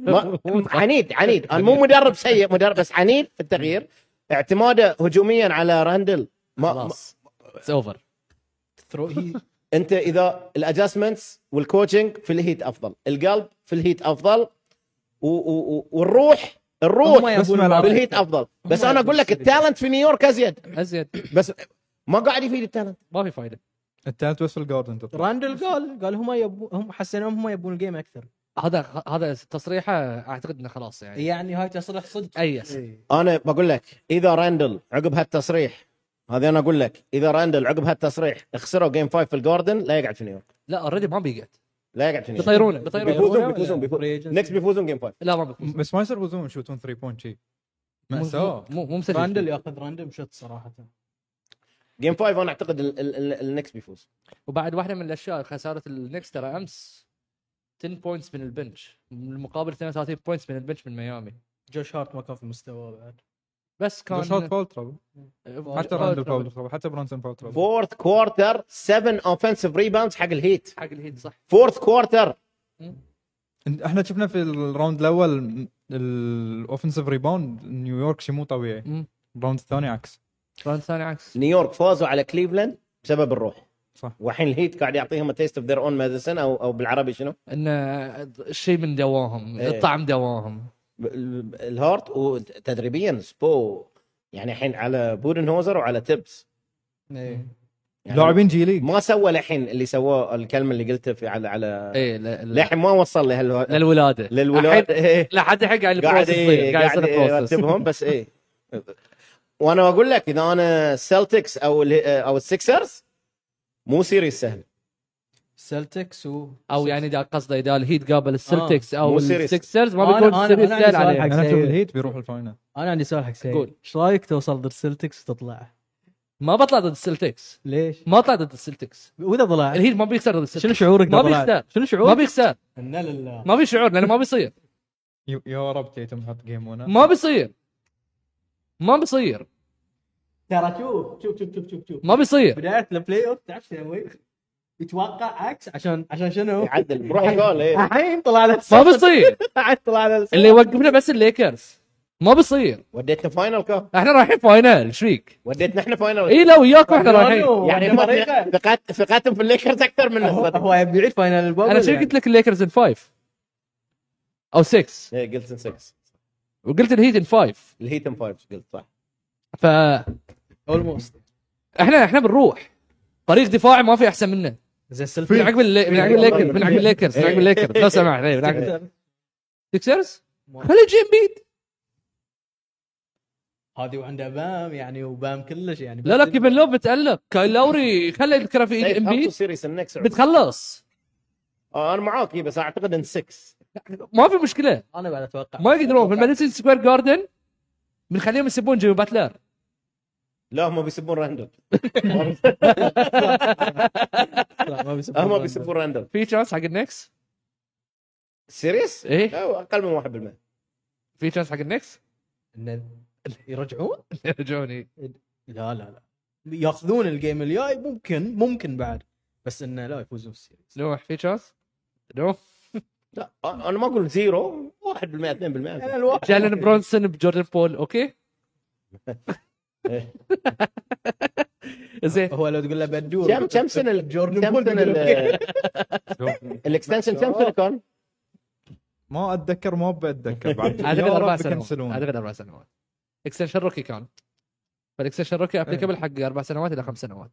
ما عنيد عنيد انا مو مدرب سيء مدرب بس عنيد في التغيير اعتماده هجوميا على راندل ما, ما
خلاص اتس اوفر
ثرو هي
انت اذا الادجستمنتس والكوتشنج في الهيت افضل القلب في الهيت افضل و و و والروح
هم
الروح
بس
يبون
ما لعب.
بالهيت افضل بس انا اقول لك التالنت في نيويورك ازيد
ازيد
بس ما قاعد يفيد التالنت
ما في فايده
الثالث بس في الجاردن تطلع.
راندل قال قال هم يبون هم حسنهم هم يبون الجيم اكثر
هذا هذا تصريحه اعتقد انه خلاص
إيه.
يعني
يعني هاي تصريح صدق
ايس
إيه.
انا بقول لك اذا راندل عقب هالتصريح هذا انا اقول لك اذا راندل عقب هالتصريح خسروا جيم 5 في الجاردن لا يقعد في نيويورك
لا اوريدي ما بيقعد
لا يقعد في
طيب.
نيويورك
بيطيرونه بيطيرونه
بيفوزون بيفوزون بيفوزون نكس بيفوزون جيم 5
لا ما بيفوز
بس ما يصير يفوزون يشوتون 3 بوينت شي مأساة
مو مو مسجل
راندل ياخذ راندم شوت صراحه
جيم 5 انا اعتقد ال- ال- ال- النكس بيفوز
وبعد واحده من الاشياء خساره النكس ترى امس 10 بوينتس من البنش مقابل 32 بوينتس من البنش من ميامي
جوش هارت ما كان في مستواه بعد
بس كان آه،
شوت فول ترابل حتى راندل فول
راندل
ترابل حتى برونسون فول ترابل
فورث كوارتر 7 اوفنسيف ريباوندز حق الهيت
حق الهيد صح
فورث كوارتر
احنا شفنا في الراوند الاول الاوفنسيف ريباوند نيويورك شي مو طبيعي
مم.
الراوند الثاني عكس
راوند ثاني عكس
نيويورك فازوا على كليفلاند بسبب الروح
صح.
والحين الهيت قاعد يعطيهم تيست اوف ذير اون ميديسن او او بالعربي شنو؟
ان الشيء من دواهم
إيه.
الطعم دواهم
ب- ال- الهارت وتدريبيا سبو يعني الحين على بودنهوزر وعلى تبس
إيه.
ايه
يعني
لاعبين جي ليج
ما سوى لحين اللي سواه الكلمه اللي قلتها في على على
اي إيه، ل- ل-
لحين ما وصل له
للولاده
للولاد
الحين-
إيه.
لحد الحين قاعد
قاعد
البروسس
إيه
يصير،
قاعد إيه
يصير البروسس.
يرتبهم بس ايه وانا اقول لك اذا انا سلتكس او ال- او السكسرز مو سيريس سهل
سلتكس و
او يعني اذا قصده اذا الهيت قابل السلتكس او
مو serious.
السكسرز ما
آه. أنا-
بيكون
أنا-
سيريس
أنا عندي
سهل
سؤال
عليه
حق-
انا اشوف
سيء.
الهيت بيروح الفاينل
انا عندي سؤال حق سعيد
قول.
ايش رايك توصل ضد سلتكس وتطلع
ما بطلع ضد السلتكس
ليش؟
ما طلع ضد السلتكس
واذا طلع
الهيت ما بيكسر ضد السلتكس
شنو شعورك
ما
إذا طلعت؟
بيستاهل.
شنو
ما
شعورك؟
بيكسر
انا لله
ما في شعور لانه ما بيصير
يا- يا رب تيتم حط جيم هنا
ما بيصير ما بيصير
ترى شوف شوف شوف شوف شف شوف
ما بيصير
بدايه البلاي اوف تعرف شو يسوي؟ يتوقع عكس عشان عشان شنو؟
يعدل بروح جول ايه
الحين طلع له
يعني ما بيصير
الحين طلع له
اللي يوقفنا بس الليكرز ما بيصير
وديتنا فاينل كاب
احنا رايحين فاينل ايش فيك؟
وديتنا احنا فاينل
اي لا وياكم احنا رايحين
يعني هم ثقات ثقاتهم في الليكرز اكثر منا
هو
صدق.
هو يبي يعيد فاينل البابل يعني.
انا شو قلت لك الليكرز ان فايف او 6
ايه قلت 6
وقلت الهيت ان فايف
الهيت ام 5 قلت صح
فاحنا
اولموست
احنا بنروح فريق دفاعي ما في احسن منه
زي
من
السلفي
عقب اللي- من عقب الليكرز من عقب الليكرز من عقب الليكرز لو سمحت إيه، من عقب سكسرز خلي جيم بيد
هذه وعنده بام يعني وبام كلش يعني
لا لا كيفن لوف بتالق كايل لاوري خلي يذكره في ايد
امبيد
امبيد
سيريس النكس
بتخلص
انا معاك إيه، بس اعتقد ان 6
ما في مشكله
انا بعد اتوقع
ما يقدرون في الماديسون سكوير جاردن بنخليهم يسبون جيمي باتلر
لا هم بيسبون راندل
لا، ما بيسبون
هم
راندل.
بيسبون راندل
في تشانس حق النكس
سيريس؟
إيه.
لا اقل من 1%
في تشانس حق النكس
إن- يرجعون؟
جوني
لا لا لا ياخذون الجيم الجاي ممكن ممكن بعد بس انه لا يفوزون في السيريز
نوح في تشانس نوح
لا انا ما اقول زيرو 1% 2%
الواحد
جالن برونسون بجوردن بول اوكي
إيه.
زين
هو لو تقول له بدور
كم كم سنه ال-
جوردن
كم
بول
سنه
بيقول
ال- الاكستنشن كم سنه كان؟
ما اتذكر ما بتذكر بعد يا
اعتقد
رب
اربع سنوات
يكنسلون.
اعتقد اربع سنوات اكستنشن روكي كان فالاكستنشن روكي ابليكابل حق اربع سنوات الى خمس سنوات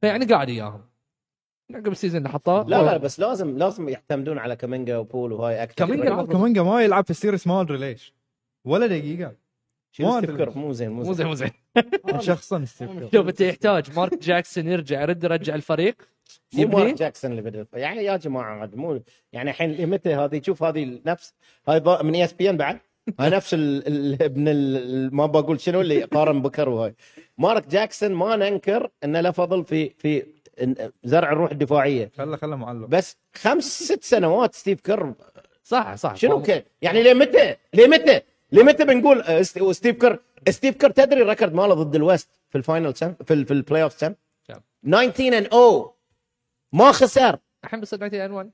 فيعني قاعد يعني اياهم عقب السيزون اللي حطاه
لا لا بس لازم لازم يعتمدون على كامينجا وبول وهاي اكثر
كامينجا
مو
لا.
كومينجا ما يلعب في السيريس ما ادري ليش ولا دقيقه ما
ستيف
أدري.
كير، مو زين
مو
مو
زين
زين
مو زين
شخصا ستيف كير.
شوف انت يحتاج مارك جاكسون يرجع يرد يرجع الفريق
مو مارك
يبني
جاكسون اللي بدا يعني يا جماعه عاد مو يعني الحين متى هذه شوف هذه نفس هاي ضا- من E اي اس بي ان بعد هاي نفس ال- ال- ابن ال- ما بقول شنو اللي قارن بكر وهاي مارك جاكسون ما ننكر انه له فضل في في إن- زرع الروح الدفاعيه
خله خله معلق
بس خمس ست سنوات ستيف كير
صح صح
شنو كان يعني ليه متى ليه متى ليه متى بنقول آه، ست- وستيف كير ستيف كير تدري الريكورد ماله ضد الويست في الفاينل كم في ال- في البلاي اوف كم
كم؟
19 and 0 ما خسر
الحين بصير 19 ان 1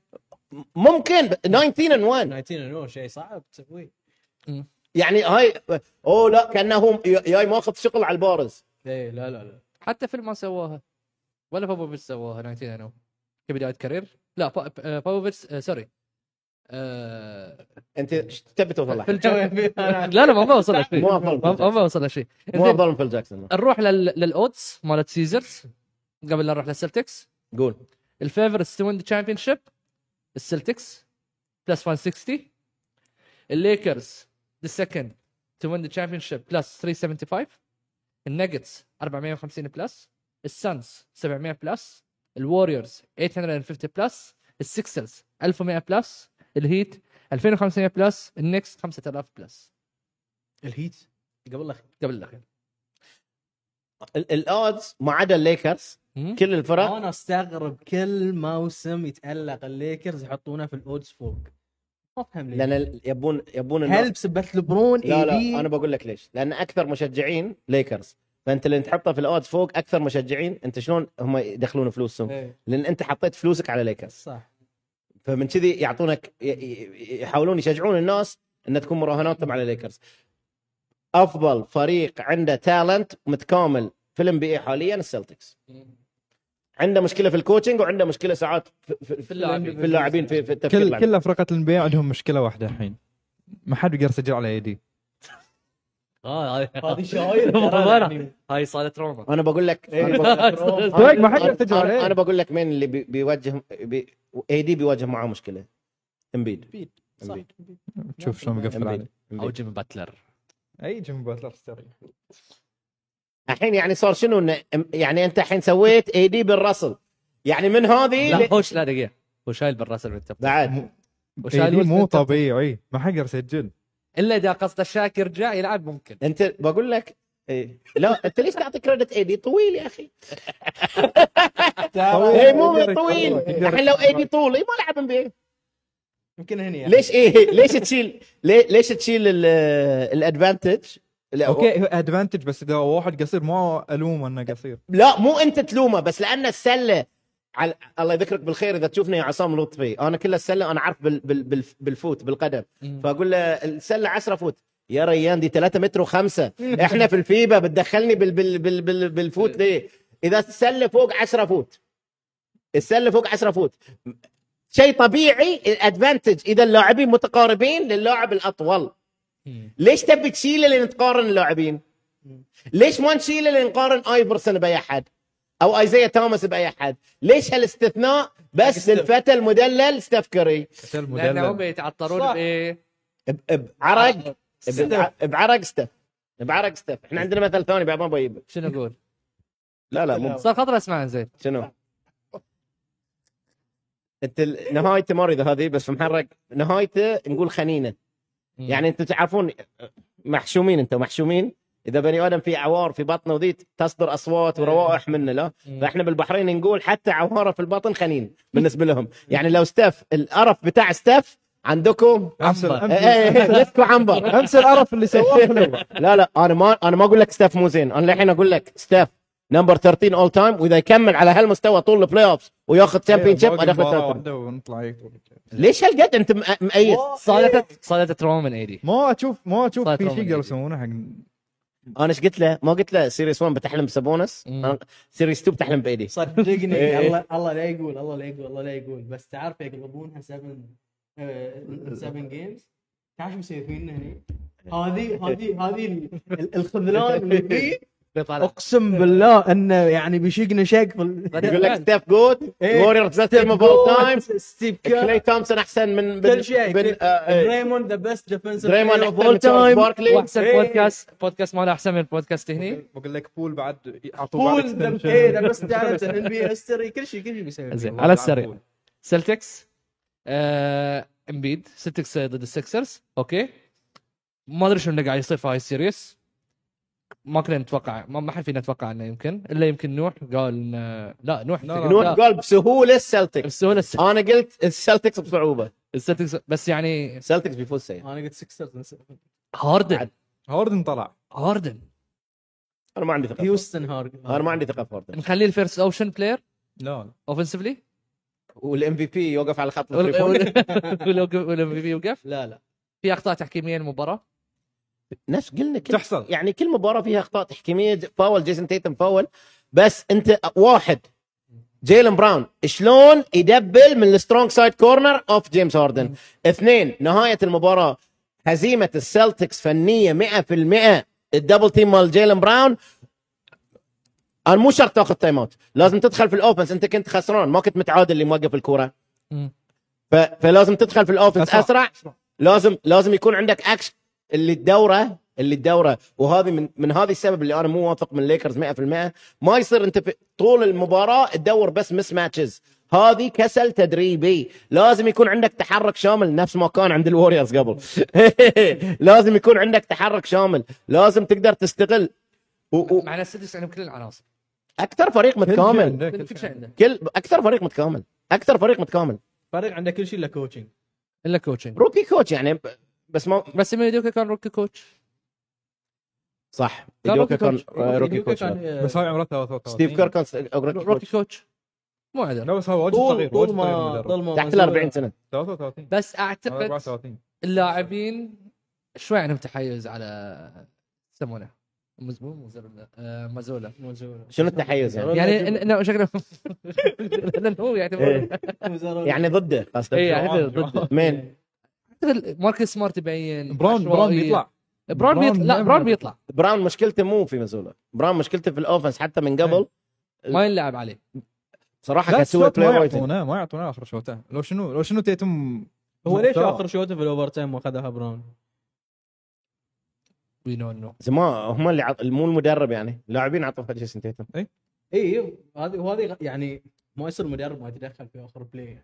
ممكن ب- 19 and 1
19 انه شيء صعب تسويه
يعني هاي اوه لا كانه هو ي- جاي ماخذ شغل على البارز
ايه لا لا لا
حتى فيلم ما سواها ولا بابوفيتش سواها 19 ان 1 كبدايه كارير لا با- آه، بابوفيتش آه، سوري آه،
انت ايش تبي توصل
في
لحد؟
الجو- لا لا ما بوصل لك شيء
مو
ما
افضل
ما بوصل لك شيء
مو
زين،
افضل من فيل جاكسون
نروح لل... للاودز مالت سيزرز قبل لا نروح للسلتكس
قول
الفيفرز تو وين تشامبيون شيب السلتكس بلس 160 الليكرز ذا سكند تو وين تشامبيون شيب بلس 375 النجتس 450 بلس السانز 700 بلس الوريورز 850 بلس السكسرز 1100 بلس الهيت 2500 بلس النكس 5000 بلس
الهيت قبل الاخير
قبل الاخير
ال- الاودز ما عدا الليكرز
مم؟
كل الفرق
انا استغرب آه، كل موسم يتالق الليكرز يحطونه في الاودز فوق ما افهم ليه
لان ال- يبون يبون الناس-
هل بسبه لبرون
لا
AD؟
لا انا بقول لك ليش لان اكثر مشجعين ليكرز فانت اللي تحطه في الاودز فوق اكثر مشجعين انت شلون هم يدخلون فلوسهم
إيه،
لان انت حطيت فلوسك على ليكرز
صح
فمن كذي يعطونك ي- ي- يحاولون يشجعون الناس ان تكون مراهناتهم على ليكرز افضل فريق عنده تالنت متكامل في الام بي حاليا السلتكس عنده مشكله في الكوتشنج وعنده مشكله ساعات في, في, في
اللاعبين.
في اللاعبين في, في التفكير
كل
اللاعبين.
كل فرقه الانبياء عندهم مشكله واحده الحين ما حد يقدر يسجل على ايدي
اه هذه
هذه شايل يعني.
مبررة. هاي صارت روما
انا بقول لك انا بقول
طيب، إيه. ما حد
أنا-
يرتجع
أنا-
عليه.
انا بقول لك مين اللي بي- بيوجه بي اي دي بيواجه معاه مشكله امبيد
صح
أمبيد.
شوف شلون بيقفل عليه
امبيد
او جيمي باتلر
اي جيم باتلر ستاري
الحين يعني صار شنو إنه- يعني انت الحين سويت اي دي بالرسل يعني من هذه
لا
ل-
هوش لا دقيقه وشايل بالرسل من التبت
بعد
ايدي مو طبيعي ما حد يقدر يسجل
الا اذا قصد الشاك يرجع يلعب ممكن
انت بقول لك إيه. لا انت ليش تعطي كريدت اي دي طويل يا اخي اي مو طويل الحين لو اي دي طول إيه، ما لعب ام بي
يمكن هني يعني.
ليش ايه ليش تشيل لي- ليش تشيل الادفانتج
اوكي هو ادفانتج بس اذا واحد قصير ما الومه انه قصير
لا مو انت تلومه بس لان السله على الله يذكرك بالخير اذا تشوفني يا عصام لطفي انا كل السله انا عارف بال... بال... بال... بالفوت بالقدم فاقول له السله 10 فوت يا ريان دي 3 متر وخمسة احنا في الفيبا بتدخلني بال... بال... بال... بال... بالفوت ليه اذا السله فوق 10 فوت السله فوق 10 فوت شيء طبيعي الادفانتج اذا اللاعبين متقاربين للاعب الاطول ليش تبي تشيله لين تقارن اللاعبين؟ ليش ما نشيله لين نقارن ايفرسون باي احد؟ او ايزيا توماس باي احد؟ ليش هالاستثناء بس للفتى المدلل ستيف كري؟
لان هم يتعطرون
صح.
بايه
ب- بعرق ب- بعرق ستيف بعرق ستيف احنا عندنا مثل ثاني بعد ما بجيبه
شنو اقول؟
لا لا مو
صار خطر اسمع زين
شنو؟ انت ال- نهايته مريضه هذه بس محرق نهايته نقول خنينه يعني انتم تعرفون محشومين انتم محشومين اذا بني ادم في عوار في بطنه وذي تصدر اصوات وروائح منه لا فاحنا بالبحرين نقول حتى عواره في البطن خنين بالنسبه لهم يعني لو ستاف القرف بتاع ستاف عندكم
عنبر.
إيه، إيه، إيه، لفكوا عنبر
امس القرف اللي سواه
لا لا انا ما انا ما اقول لك ستاف مو زين انا الحين اقول لك ستاف نمبر 13 اول تايم واذا يكمل على هالمستوى طول البلاي اوفز وياخذ
إيه،
تشامبيون شيب انا اخذ
واحده ونطلع هيك.
ليش هالقد انت م- مأيد
صادت صادت روما من ايدي
ما اشوف ما اشوف
صار
في شيء
طبيعي.
يقدروا يسوونه حق
انا ايش قلت له؟ ما قلت له سيريس 1 بتحلم بسابونس
مم.
أنا- سيريس 2 بتحلم بايدي
صدقني
إيه.
الله الله لا يقول الله لا يقول الله لا يقول بس تعرف يقلبونها 7 7 جيمز تعرف شو مسوي فينا هني؟ هذه هذه هذه ال- ال- الخذلان اللي فيه
بيطلع
اقسم بالله انه يعني بيشقنا شق في ال-
يقول لك ستيف جود
إيه.
وورير تيم اوف تايم
ستيف
كلي
كير
تومسون احسن من بن
كل شيء
بن آه،
دريمون ذا بيست ديفنسيف
دريمون
دريمون
احسن
اوف
من تشارلز
تايم
باركلي
واحسن
إيه.
بودكاست بودكاست ماله احسن من البودكاست هني
بقول لك بول بعد
بول ذا بيست تالنت ان بي هيستوري كل شيء كل شيء بيسوي
زين على السريع سلتكس آه، امبيد سلتكس آه، ضد السكسرز اوكي ما ادري شو اللي قاعد يصير في هاي السيريس ما كنا نتوقع ما ما حد فينا اتوقع انه يمكن الا يمكن نوح قال إنه- لا نوح
لا، لا.
نوح
لا،
قال بسهوله السلتكس
بسهوله
انا قلت السلتكس بصعوبه
السلتكس بس يعني
السلتكس بيفوز سيء
انا قلت سكسرز
هاردن
هاردن طلع
هاردن
انا ما عندي ثقه في
هيوستن هارد
انا ما عندي ثقه في هاردن
نخليه الفيرست اوبشن بلاير
لا
اوفنسفلي
والام في بي يوقف على خط الثري بوينت.
والام في بي وقف
لا لا
في اخطاء تحكيميه المباراه
نفس قلنا كل
تحصل
يعني كل مباراه فيها اخطاء تحكيميه فاول جيسون تيتم فاول بس انت واحد جيلن براون شلون يدبل من السترونج سايد كورنر اوف جيمس هاردن اثنين نهايه المباراه هزيمه السلتكس فنيه 100% الدبل تيم مال جيلن براون انا مو شرط تاخذ تايم اوت لازم تدخل في الاوفنس انت كنت خسران ما كنت متعادل اللي موقف الكوره
مم.
ف... فلازم تدخل في الاوفنس
أسرع.
اسرع لازم لازم يكون عندك اكشن اللي الدوره اللي الدوره وهذه من من هذا السبب اللي انا مو واثق من الليكرز 100% ما يصير انت في طول المباراه تدور بس مس ماتشز هذه كسل تدريبي لازم يكون عندك تحرك شامل نفس ما كان عند الوريورز قبل لازم يكون عندك تحرك شامل لازم تقدر تستغل و... و...
مع السدس عندهم كل العناصر
اكثر فريق متكامل
كل كل شيء عنده
كل اكثر فريق متكامل اكثر فريق متكامل
فريق عنده كل شيء الا كوتشنج
الا كوتشنج
روكي كوتش يعني ب- بس ما
بس ميدوكا كان روكي كوتش
صح
كان
يوكا
روكي
كان
كوتش.
آه، روكي كوتش
بس هاي عمره 33
ستيف كير كان س- آه، روكي
روكي
كوتش
كوتش مو عدل
لا بس هو واجد
طول
صغير واجد
طول
صغير
ما
المدرب.
طول ما
تحت ال 40 سنه
33
بس
أو
اعتقد
34
اللاعبين شوي عندهم تحيز على يسمونه مز- مو مزولا آه، مازولا
شنو التحيز يعني؟
يعني إن- انه شكله لانه هو يعني
إيه. يعني ضده قصدك
اي يعني
جوعان،
ضده
مين؟
أعتقد ماركس سمارت يبين
براون براون
عشوائية.
بيطلع
براون
براون
بيطلع لا
دائماً
براون بيطلع
براون مشكلته مو في مزوله براون مشكلته في الاوفنس حتى من قبل
ما يلعب عليه
صراحه
لا
كسوى
الشوت ما
بلاي وايد
يعطونه ما يعطونه اخر شوته لو شنو لو شنو تيتم
هو ليش
مستوى.
اخر شوطه في الاوفر تايم واخذها براون؟
وي نو نو
بس ما هم اللي عط... مو المدرب يعني اللاعبين عطوا فجاه سنتيتهم
اي إيه، هذه وهذه غ- يعني ما يصير مدرب ما يتدخل في اخر بلاي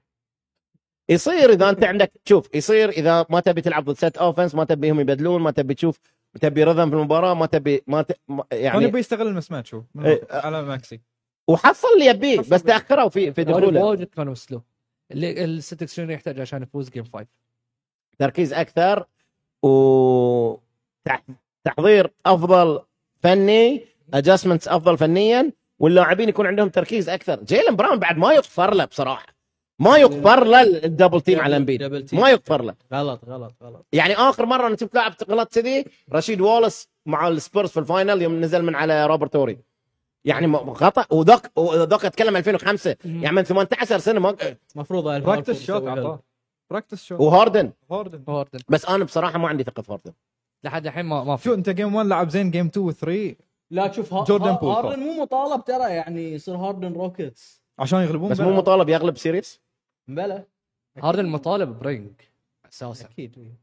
يصير اذا انت عندك شوف يصير اذا ما تبي تلعب ضد سيت اوفنس ما تبيهم يبدلون ما تبي تشوف تبي رذم في المباراه ما تبي ما, ت... ما
يعني
يعني
يبي يستغل المس ماتش هو من
إيه.
الوقت. على ماكسي
وحصل اللي يبيه
حصل
بس تاخروا في في دخوله
واجد كانوا سلو اللي السيتكس شنو يحتاج عشان يفوز جيم 5
تركيز اكثر و تح- تحضير افضل فني ادجستمنتس افضل فنيا واللاعبين يكون عندهم تركيز اكثر جيلن براون بعد ما يغفر له بصراحه ما يغفر له الدبل تيم على امبيد
دبل تيم
ما يغفر له
غلط غلط غلط
يعني اخر مره انا شفت لاعب غلط كذي رشيد وولس مع السبيرز في الفاينل يوم نزل من على روبرت توري يعني م- خطا وذاك وذاك اتكلم 2005 يعني من 18 سنه ما
المفروض
براكتس شوت اعطاه براكتس شوت
وهاردن
هاردن
هوردن
بس انا بصراحه ما عندي ثقه في هاردن
لحد الحين ما ما في
شو انت جيم 1 لعب زين جيم 2 و 3
لا تشوف ها...
جوردن
جوردن
بول
هاردن مو مطالب ترى يعني يصير هاردن روكيتس
عشان يغلبون
بس
بلا.
مو مطالب يغلب سيريس
بلى
هاردن المطالب برينج اساسا
اكيد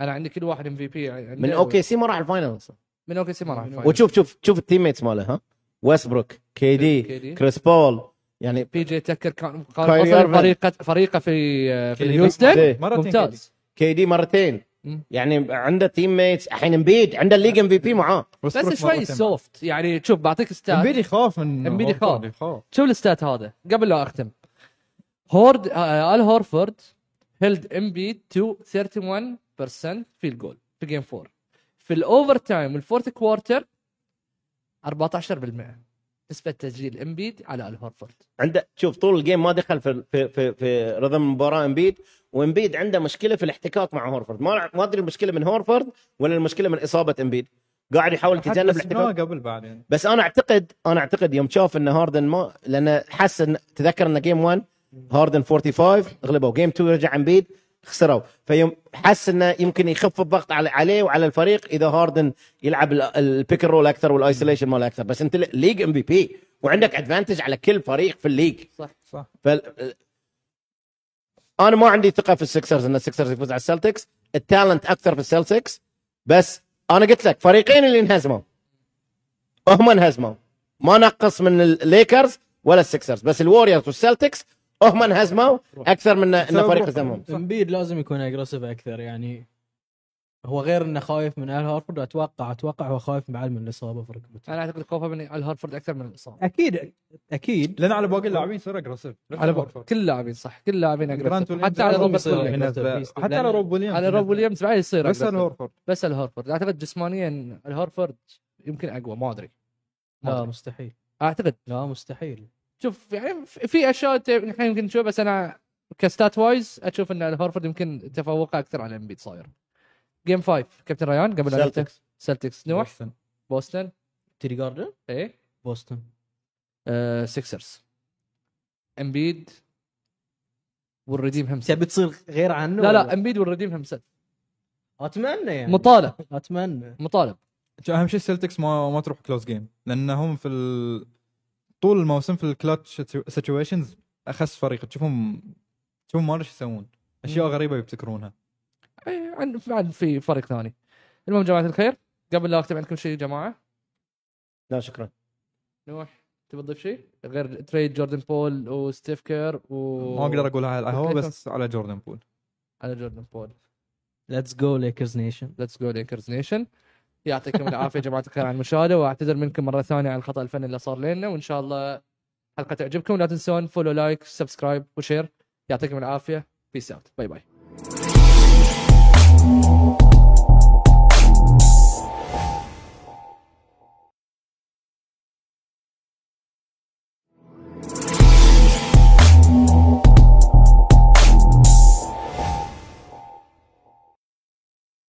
انا عندي كل واحد ام في بي
من اوكي سي ما راح الفاينل اصلا
يعني من اوكي سي ما راح يفايز.
وتشوف شوف شوف التيم ميتس ماله ها ويسبروك كي دي
KD.
كريس بول يعني
بي جي تكر كان
كايري
قصر
إيرفين.
فريقه فريقه في في
كيدي
هيوستن
إيه.
مرتين كيدي.
ممتاز
كي دي مرتين
مم.
يعني عنده تيم ميتس الحين امبيد عنده الليج ام في بي معاه
وستبروك
بس شوي
مرتين.
سوفت يعني شوف بعطيك ستات
امبيدي يخاف من
امبيدي
هورفورد،
يخاف. شوف الستات هذا قبل لا اختم هورد آه، ال هورفورد هيلد ام بي تو 31% فيلد جول في جيم 4 في الاوفر تايم والفورث كوارتر 14% نسبة تسجيل امبيد على ال هورفورد
عنده شوف طول الجيم ما دخل في في في, في رذم المباراه امبيد وامبيد عنده مشكله في الاحتكاك مع هورفورد ما ما ادري المشكله من هورفورد ولا المشكله من اصابه امبيد قاعد يحاول
حتى
يتجنب
بس
الاحتكاك
ما قبل بعد يعني
بس انا اعتقد انا اعتقد يوم شاف ان هاردن ما لان حس ان تذكر ان جيم 1 هاردن 45 غلبوا جيم 2 رجع امبيد خسروا فيوم حس انه يمكن يخف الضغط على عليه وعلى الفريق اذا هاردن يلعب ال- البيك رول اكثر والايسوليشن مال اكثر بس انت ليج ام بي بي وعندك ادفانتج على كل فريق في الليج
صح
صح
فال... انا ما عندي ثقه في السكسرز ان السكسرز يفوز على السلتكس التالنت اكثر في السلتكس بس انا قلت لك فريقين اللي انهزموا هم انهزموا ما نقص من الليكرز ولا السكسرز بس الوريورز والسلتكس هم انهزموا اكثر من ان
بسبب
فريق
روح.
هزمهم
صح.
امبيد لازم يكون اجريسيف اكثر يعني هو غير انه خايف من ال هارفورد اتوقع اتوقع هو خايف بعد من الاصابه في ركبته
انا اعتقد خوفه من ال هورفورد اكثر من الاصابه
اكيد اكيد
لان على باقي اللاعبين صار اجريسيف
على بعض. كل اللاعبين صح كل اللاعبين aggressive. حتى على
لازم
روبرت
يصير
ويليامز
aggressive.
حتى على روب ويليامز
على روب ويليامز بعد يصير
بس على
aggressive.
هورفورد
بس الهورفورد اعتقد جسمانيا الهورفورد يمكن اقوى ما ادري ما
لا
أدري.
مستحيل
اعتقد
لا مستحيل
شوف يعني في في اشياء ت- نحن يمكن نشوف بس انا كستات وايز اشوف ان الهورفورد يمكن تفوقه اكثر على امبيد صاير جيم 5 كابتن ريان قبل لا نبدأ.
Celtics.
سلتكس نوح
نوح
بوسطن
تيري جاردن
ايه
بوسطن
آه، سيكسرز امبيد والرديم همسه
تبي تصير غير عنه
لا لا
ولا؟
امبيد والرديم همسه
اتمنى يعني
مطالب
اتمنى
مطالب
اهم شيء السلتكس ما ما تروح كلوز جيم لان هم في ال... طول الموسم في الكلاتش سيتويشنز اخس فريق تشوفهم تشوفهم ما أدري ايش يسوون اشياء غريبه يبتكرونها
إيه، عن- عن- في فريق ثاني المهم جماعه الخير قبل لا اختم عندكم شيء يا جماعه
لا شكرا
نوح تبي تضيف شيء غير تريد جوردن بول وستيف كير و
ما اقدر اقولها على القهوه بس على جوردن بول
على جوردن بول
ليتس جو ليكرز نيشن
ليتس جو ليكرز نيشن يعطيكم العافيه يا جماعه الخير على المشاهده واعتذر منكم مره ثانيه على الخطا الفني اللي صار لنا وان شاء الله حلقه تعجبكم لا تنسون فولو لايك سبسكرايب وشير يعطيكم العافيه بيس اوت باي باي